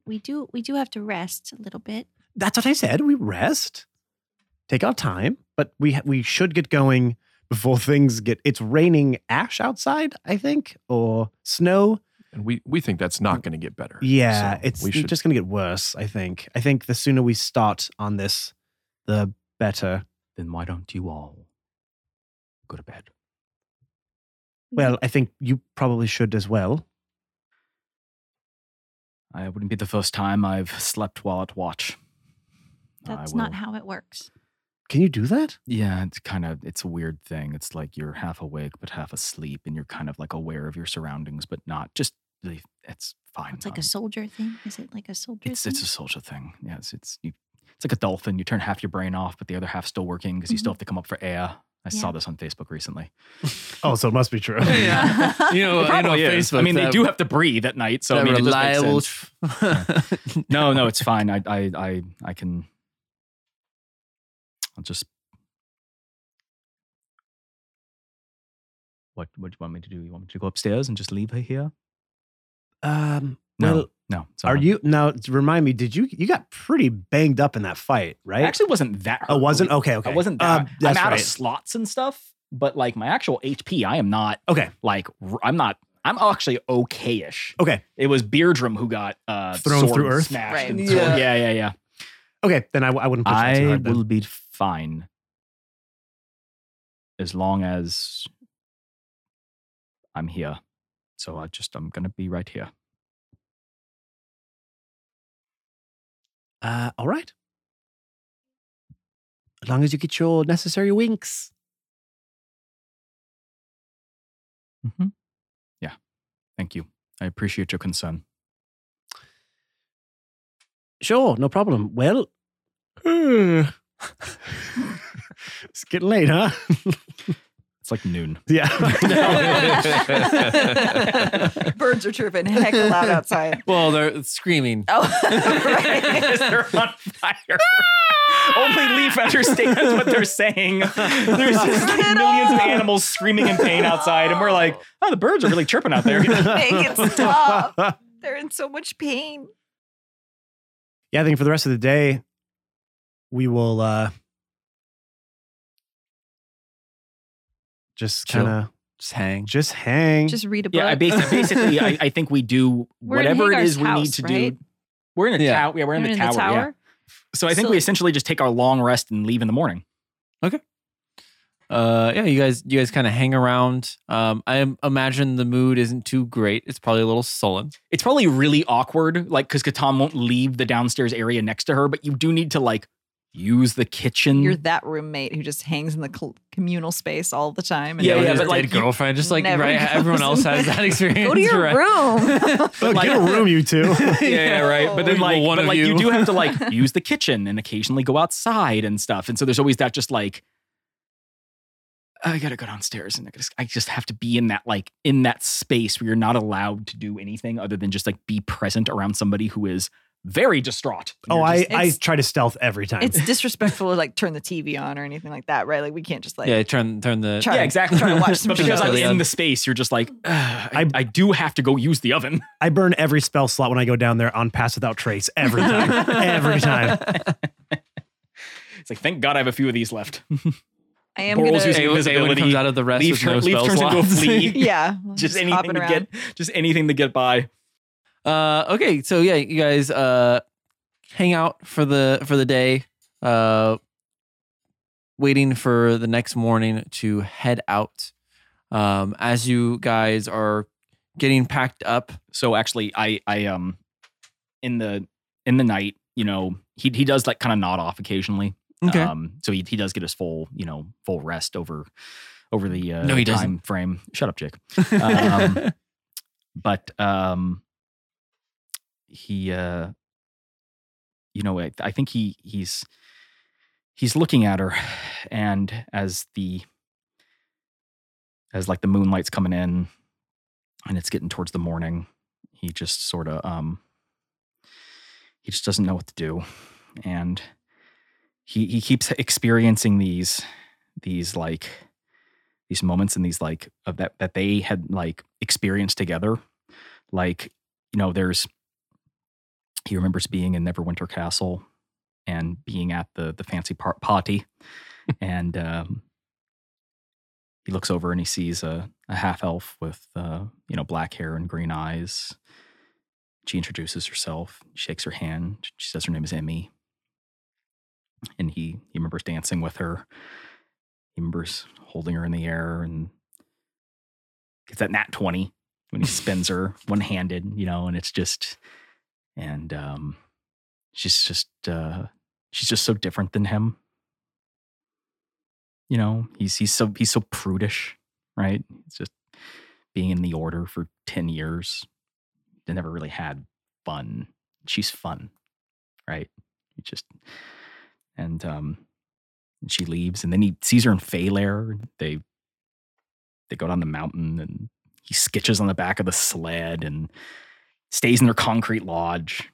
Speaker 6: We do we do have to rest a little bit.
Speaker 7: That's what I said. We rest, take our time, but we ha- we should get going before things get. It's raining ash outside, I think, or snow.
Speaker 4: And we, we think that's not going to get better.
Speaker 7: Yeah,
Speaker 4: So
Speaker 7: it's
Speaker 4: we should
Speaker 7: just going to get worse. I think. I think the sooner we start on this, the better.
Speaker 1: Then why don't you all go to bed?
Speaker 7: Well, I think you probably should as well.
Speaker 1: I wouldn't be the first time I've slept while at watch. I
Speaker 6: That's not
Speaker 1: will-
Speaker 6: how it works.
Speaker 7: Can you do that?
Speaker 1: Yeah, it's kind of it's a weird thing. It's like you're half awake but half asleep, and you're kind of like aware of your surroundings but not. Just really- it's fine.
Speaker 6: It's like
Speaker 1: Um,
Speaker 6: a soldier thing. Is it like a soldier
Speaker 1: It's
Speaker 6: thing?
Speaker 1: it's a soldier thing. Yes, it's it's, you, it's like a dolphin. You turn half your brain off, but the other half's still working because you still have to come up for air. I saw
Speaker 6: Mm-hmm. Yeah.
Speaker 1: this on Facebook recently.
Speaker 7: Oh, so it must be true.
Speaker 2: You know,
Speaker 1: It
Speaker 2: I know
Speaker 1: probably is.
Speaker 2: Facebook.
Speaker 1: I mean, they
Speaker 2: that-
Speaker 1: do have to breathe at night, so I
Speaker 2: that
Speaker 1: mean, it does make
Speaker 2: reliable.
Speaker 1: sense. No, no, it's fine. I, I, I, I can. I'll just. What, what do you want me to do? You want me to go upstairs and just leave her here?
Speaker 7: um,
Speaker 1: No,
Speaker 7: well,
Speaker 1: no. it's
Speaker 7: Are
Speaker 1: alright.
Speaker 7: you now? Remind me. Did you you got pretty banged up in that fight, right?
Speaker 1: I actually wasn't that.
Speaker 7: oh,
Speaker 1: hurt,
Speaker 7: wasn't
Speaker 1: believe-
Speaker 7: okay. Okay,
Speaker 1: I wasn't
Speaker 7: Uh,
Speaker 1: that. I'm
Speaker 7: that's
Speaker 1: out
Speaker 7: right.
Speaker 1: of slots and stuff, but like my actual HP, I am not
Speaker 7: okay,
Speaker 1: like r- I'm not. I'm actually okay-ish.
Speaker 7: okay,
Speaker 1: It was Beardrum who got uh,
Speaker 7: Thrown
Speaker 1: sword
Speaker 7: through earth?
Speaker 1: smashed.
Speaker 5: Right.
Speaker 1: And sword-
Speaker 5: Yeah.
Speaker 1: yeah, yeah, yeah.
Speaker 7: okay. Then I, I wouldn't. Push that
Speaker 1: I
Speaker 7: too hard, then.
Speaker 1: will be fine as long as I'm here. So I just I'm gonna be right here.
Speaker 7: Uh, all right. As long as you get your necessary winks.
Speaker 1: Mm-hmm. Yeah, thank you. I appreciate your concern.
Speaker 7: Sure, no problem. Well,
Speaker 1: Hmm.
Speaker 7: uh, it's getting late, huh?
Speaker 1: It's like noon.
Speaker 7: yeah.
Speaker 5: Birds are chirping heck loud outside.
Speaker 2: well, they're screaming.
Speaker 5: Oh, right.
Speaker 1: they're on fire. Only Leaf understands what they're saying. There's just like millions of animals screaming in pain outside, and we're like, oh, the birds are really chirping out there.
Speaker 5: Make it stop. They're in so much pain.
Speaker 7: yeah, I think for the rest of the day, we will uh just
Speaker 2: Chill.
Speaker 7: kind of
Speaker 2: Just hang.
Speaker 7: just hang.
Speaker 5: Just read a book.
Speaker 1: Yeah, I basi- basically, I, I think we do
Speaker 6: We're in
Speaker 1: whatever it
Speaker 6: Hagar's
Speaker 1: is we need
Speaker 6: house,
Speaker 1: to
Speaker 6: right?
Speaker 1: do. We're in a
Speaker 2: Yeah.
Speaker 1: tower. Yeah, we're in, the,
Speaker 6: You're
Speaker 1: tower. yeah. So I think
Speaker 6: So-
Speaker 1: we essentially just take our long rest and leave in the morning.
Speaker 2: Uh, yeah, you guys, you guys kind of hang around. Um, I im- imagine the mood isn't too great. It's probably a little sullen.
Speaker 1: It's probably really awkward, like because Katan won't leave the downstairs area next to her, but you do need to like use the kitchen.
Speaker 5: You're that roommate who just hangs in the cl- communal space all the time. And
Speaker 1: Yeah,
Speaker 5: never
Speaker 1: yeah,
Speaker 2: Your
Speaker 5: goes
Speaker 1: but,
Speaker 2: dead
Speaker 1: like, you
Speaker 2: girlfriend, just like
Speaker 5: never
Speaker 2: right,
Speaker 5: goes
Speaker 2: everyone else has
Speaker 5: in.
Speaker 2: that experience.
Speaker 5: Go to your
Speaker 2: right?
Speaker 5: room.
Speaker 7: Oh,
Speaker 1: like-
Speaker 7: get a room, you two.
Speaker 1: yeah, yeah, right. But then
Speaker 2: Well,
Speaker 1: like,
Speaker 2: one
Speaker 1: but,
Speaker 2: of
Speaker 1: like you.
Speaker 2: you.
Speaker 1: do have to like use the kitchen and occasionally go outside and stuff. And so there's always that just like I gotta go downstairs and I, gotta, I just have to be in that like in that space where you're not allowed to do anything other than just like be present around somebody who is very distraught. And
Speaker 7: oh,
Speaker 1: you're
Speaker 7: I,
Speaker 1: just-
Speaker 7: I
Speaker 5: It's-
Speaker 7: try to stealth every time.
Speaker 5: it's disrespectful to like turn the TV on or anything like that, right? Like we can't just like
Speaker 2: yeah, turn turn the.
Speaker 5: Try-
Speaker 1: yeah, exactly.
Speaker 5: try to watch some
Speaker 1: but because
Speaker 2: shows.
Speaker 1: I'm
Speaker 2: Yeah.
Speaker 1: in the space, you're just like "Ugh, I, I do have to go use the oven.
Speaker 7: I burn every spell slot when I go down there on Pass Without Trace every time. every time.
Speaker 1: It's like thank God I have a few of these left.
Speaker 5: I am
Speaker 1: Boral's
Speaker 5: gonna
Speaker 1: using-
Speaker 2: Awen- Awen
Speaker 1: Invisibility.
Speaker 2: comes out of the rest
Speaker 1: Leaf,
Speaker 2: with no
Speaker 1: turn- Leaf
Speaker 2: spell
Speaker 1: turns into a
Speaker 2: slots.
Speaker 1: flea.
Speaker 5: yeah,
Speaker 1: just
Speaker 5: hopping
Speaker 1: anything to
Speaker 5: around.
Speaker 1: get just anything to get by.
Speaker 2: Uh, okay, so yeah, you guys uh hang out for the for the day, uh, waiting for the next morning to head out. Um, as you guys are getting packed up,
Speaker 1: so actually i i um in the in the night you know he he does like kind of nod off occasionally um so he, he does get his full you know full rest over over the uh
Speaker 2: No, he
Speaker 1: time
Speaker 2: doesn't.
Speaker 1: frame shut up jake
Speaker 2: uh,
Speaker 1: um, but um he uh you know i, I think he he's he's looking at her and as the as like the moonlight's coming in and it's getting towards the morning he just sort of um he just doesn't know what to do and he he keeps experiencing these these like these moments and these like of that that they had like experienced together like you know there's he remembers being in neverwinter castle and being at the the fancy par- party and um he looks over and he sees a, a half elf with uh, you know black hair and green eyes she introduces herself shakes her hand she says her name is emmy and he he remembers dancing with her. He remembers holding her in the air and gets that nat twenty when he spins her one handed, you know, and it's just and um she's just uh she's just so different than him. You know, he's he's so he's so prudish, right? It's just being in the order for ten years. They never really had fun. She's fun, right? You just and um, and she leaves. And then he sees her in Faylair. They they go down the mountain, and he sketches on the back of the sled and stays in their concrete lodge.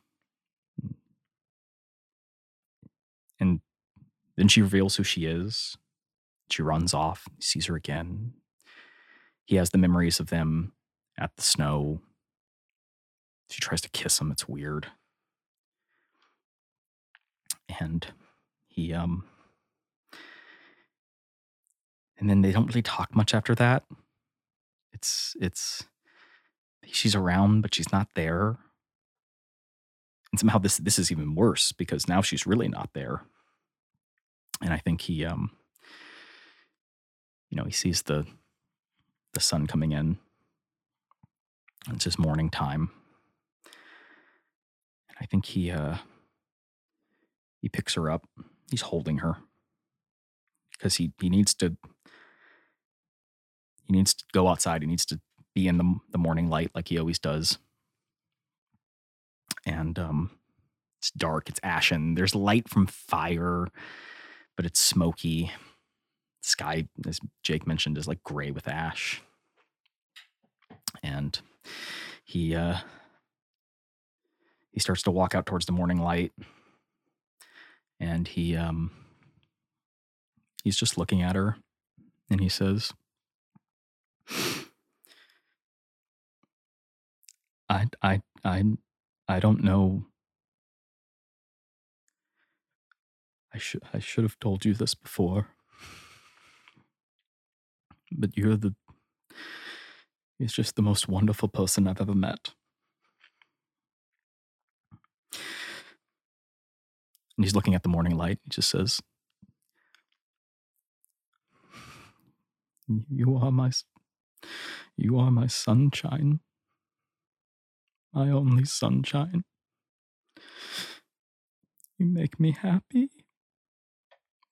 Speaker 1: And then she reveals who she is. She runs off. He sees her again. He has the memories of them at the snow. She tries to kiss him. It's weird. And he um and then they don't really talk much after that it's it's she's around but she's not there and somehow this this is even worse because now she's really not there and i think he um you know he sees the the sun coming in it's his morning time and i think he uh he picks her up he's holding her because he he needs to he needs to go outside he needs to be in the, the morning light like he always does and um it's dark it's ashen there's light from fire but it's smoky sky as jake mentioned is like gray with ash and he uh he starts to walk out towards the morning light and he um he's just looking at her and he says I I I I don't know I should I should have told you this before but you're the you're just the most wonderful person I've ever met and he's looking at the morning light. He just says, "You are my, s- you are my sunshine, my only sunshine. You make me happy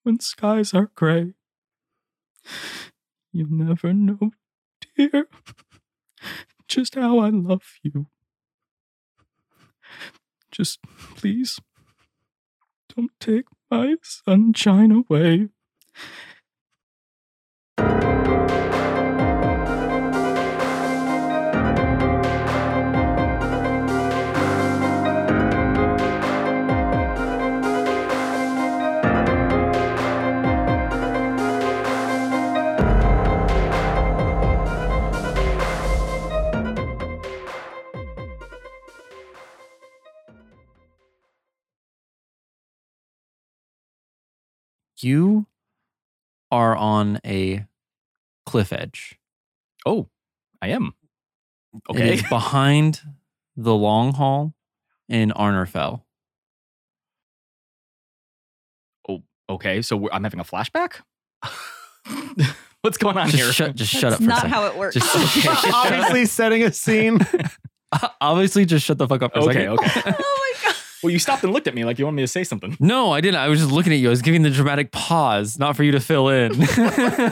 Speaker 1: when skies are gray. You'll never know, dear, just how I love you. Just please." Don't take my sunshine away.
Speaker 2: you are on a cliff edge.
Speaker 1: Oh, I am.
Speaker 2: It
Speaker 1: Okay.
Speaker 2: is behind the long hall in Arnerfell.
Speaker 1: okay. So we're, I'm having a flashback? What's going on
Speaker 2: Just
Speaker 1: here?
Speaker 2: shut, just shut
Speaker 5: That's
Speaker 2: up for a
Speaker 5: not
Speaker 2: second.
Speaker 5: how it works. Oh
Speaker 2: Just- okay.
Speaker 7: Obviously, setting a scene.
Speaker 2: Obviously, just shut the fuck up for a
Speaker 1: okay.
Speaker 2: second.
Speaker 1: Okay.
Speaker 5: oh my god!
Speaker 1: Well, you stopped and looked at me like you wanted me to say something.
Speaker 2: No, I didn't. I was just looking at you. I was giving the dramatic pause, not for you to fill in.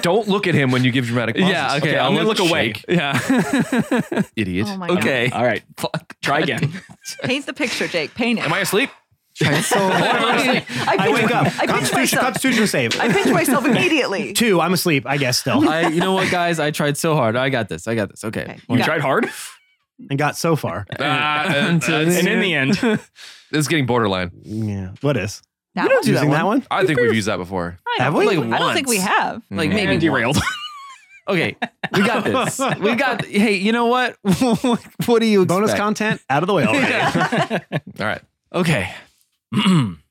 Speaker 4: Don't look at him when you give dramatic pauses.
Speaker 2: yeah, okay.
Speaker 1: Okay, I'm
Speaker 2: I'll
Speaker 1: gonna look away.
Speaker 2: Jake. Yeah.
Speaker 4: idiot.
Speaker 5: Oh my god!
Speaker 2: okay.
Speaker 1: All right.
Speaker 2: Fuck.
Speaker 1: Try again.
Speaker 5: Paint the picture, Jake. Paint it.
Speaker 4: Am I asleep?
Speaker 2: so
Speaker 5: I
Speaker 7: I
Speaker 5: pinch,
Speaker 7: wake up.
Speaker 5: I pinch
Speaker 7: Constitution,
Speaker 5: myself.
Speaker 7: Constitution save.
Speaker 5: I pinch myself immediately.
Speaker 7: Two, I'm asleep, I guess, still.
Speaker 2: I, you know what, guys? I tried so hard. I got this. I got this. Okay.
Speaker 5: Okay.
Speaker 1: You
Speaker 5: Yeah.
Speaker 1: tried hard,
Speaker 7: and got so far.
Speaker 4: Ah, uh,
Speaker 2: Until-
Speaker 4: that's-
Speaker 1: and in the end,
Speaker 4: this is getting borderline.
Speaker 7: Yeah. What is?
Speaker 5: That one?
Speaker 7: Using that one?
Speaker 4: I think we've used that before.
Speaker 5: I
Speaker 2: Have
Speaker 5: don't,
Speaker 2: we?
Speaker 5: think,
Speaker 2: Like
Speaker 5: I don't think we
Speaker 2: once.
Speaker 5: have.
Speaker 2: Like
Speaker 4: Mm.
Speaker 2: maybe
Speaker 1: and derailed.
Speaker 2: Mm-hmm. Okay, we got this. We got. Hey, you know what? what do you expect?
Speaker 7: Bonus content out of the way already.
Speaker 2: Yeah.
Speaker 4: All right.
Speaker 2: Okay.
Speaker 1: All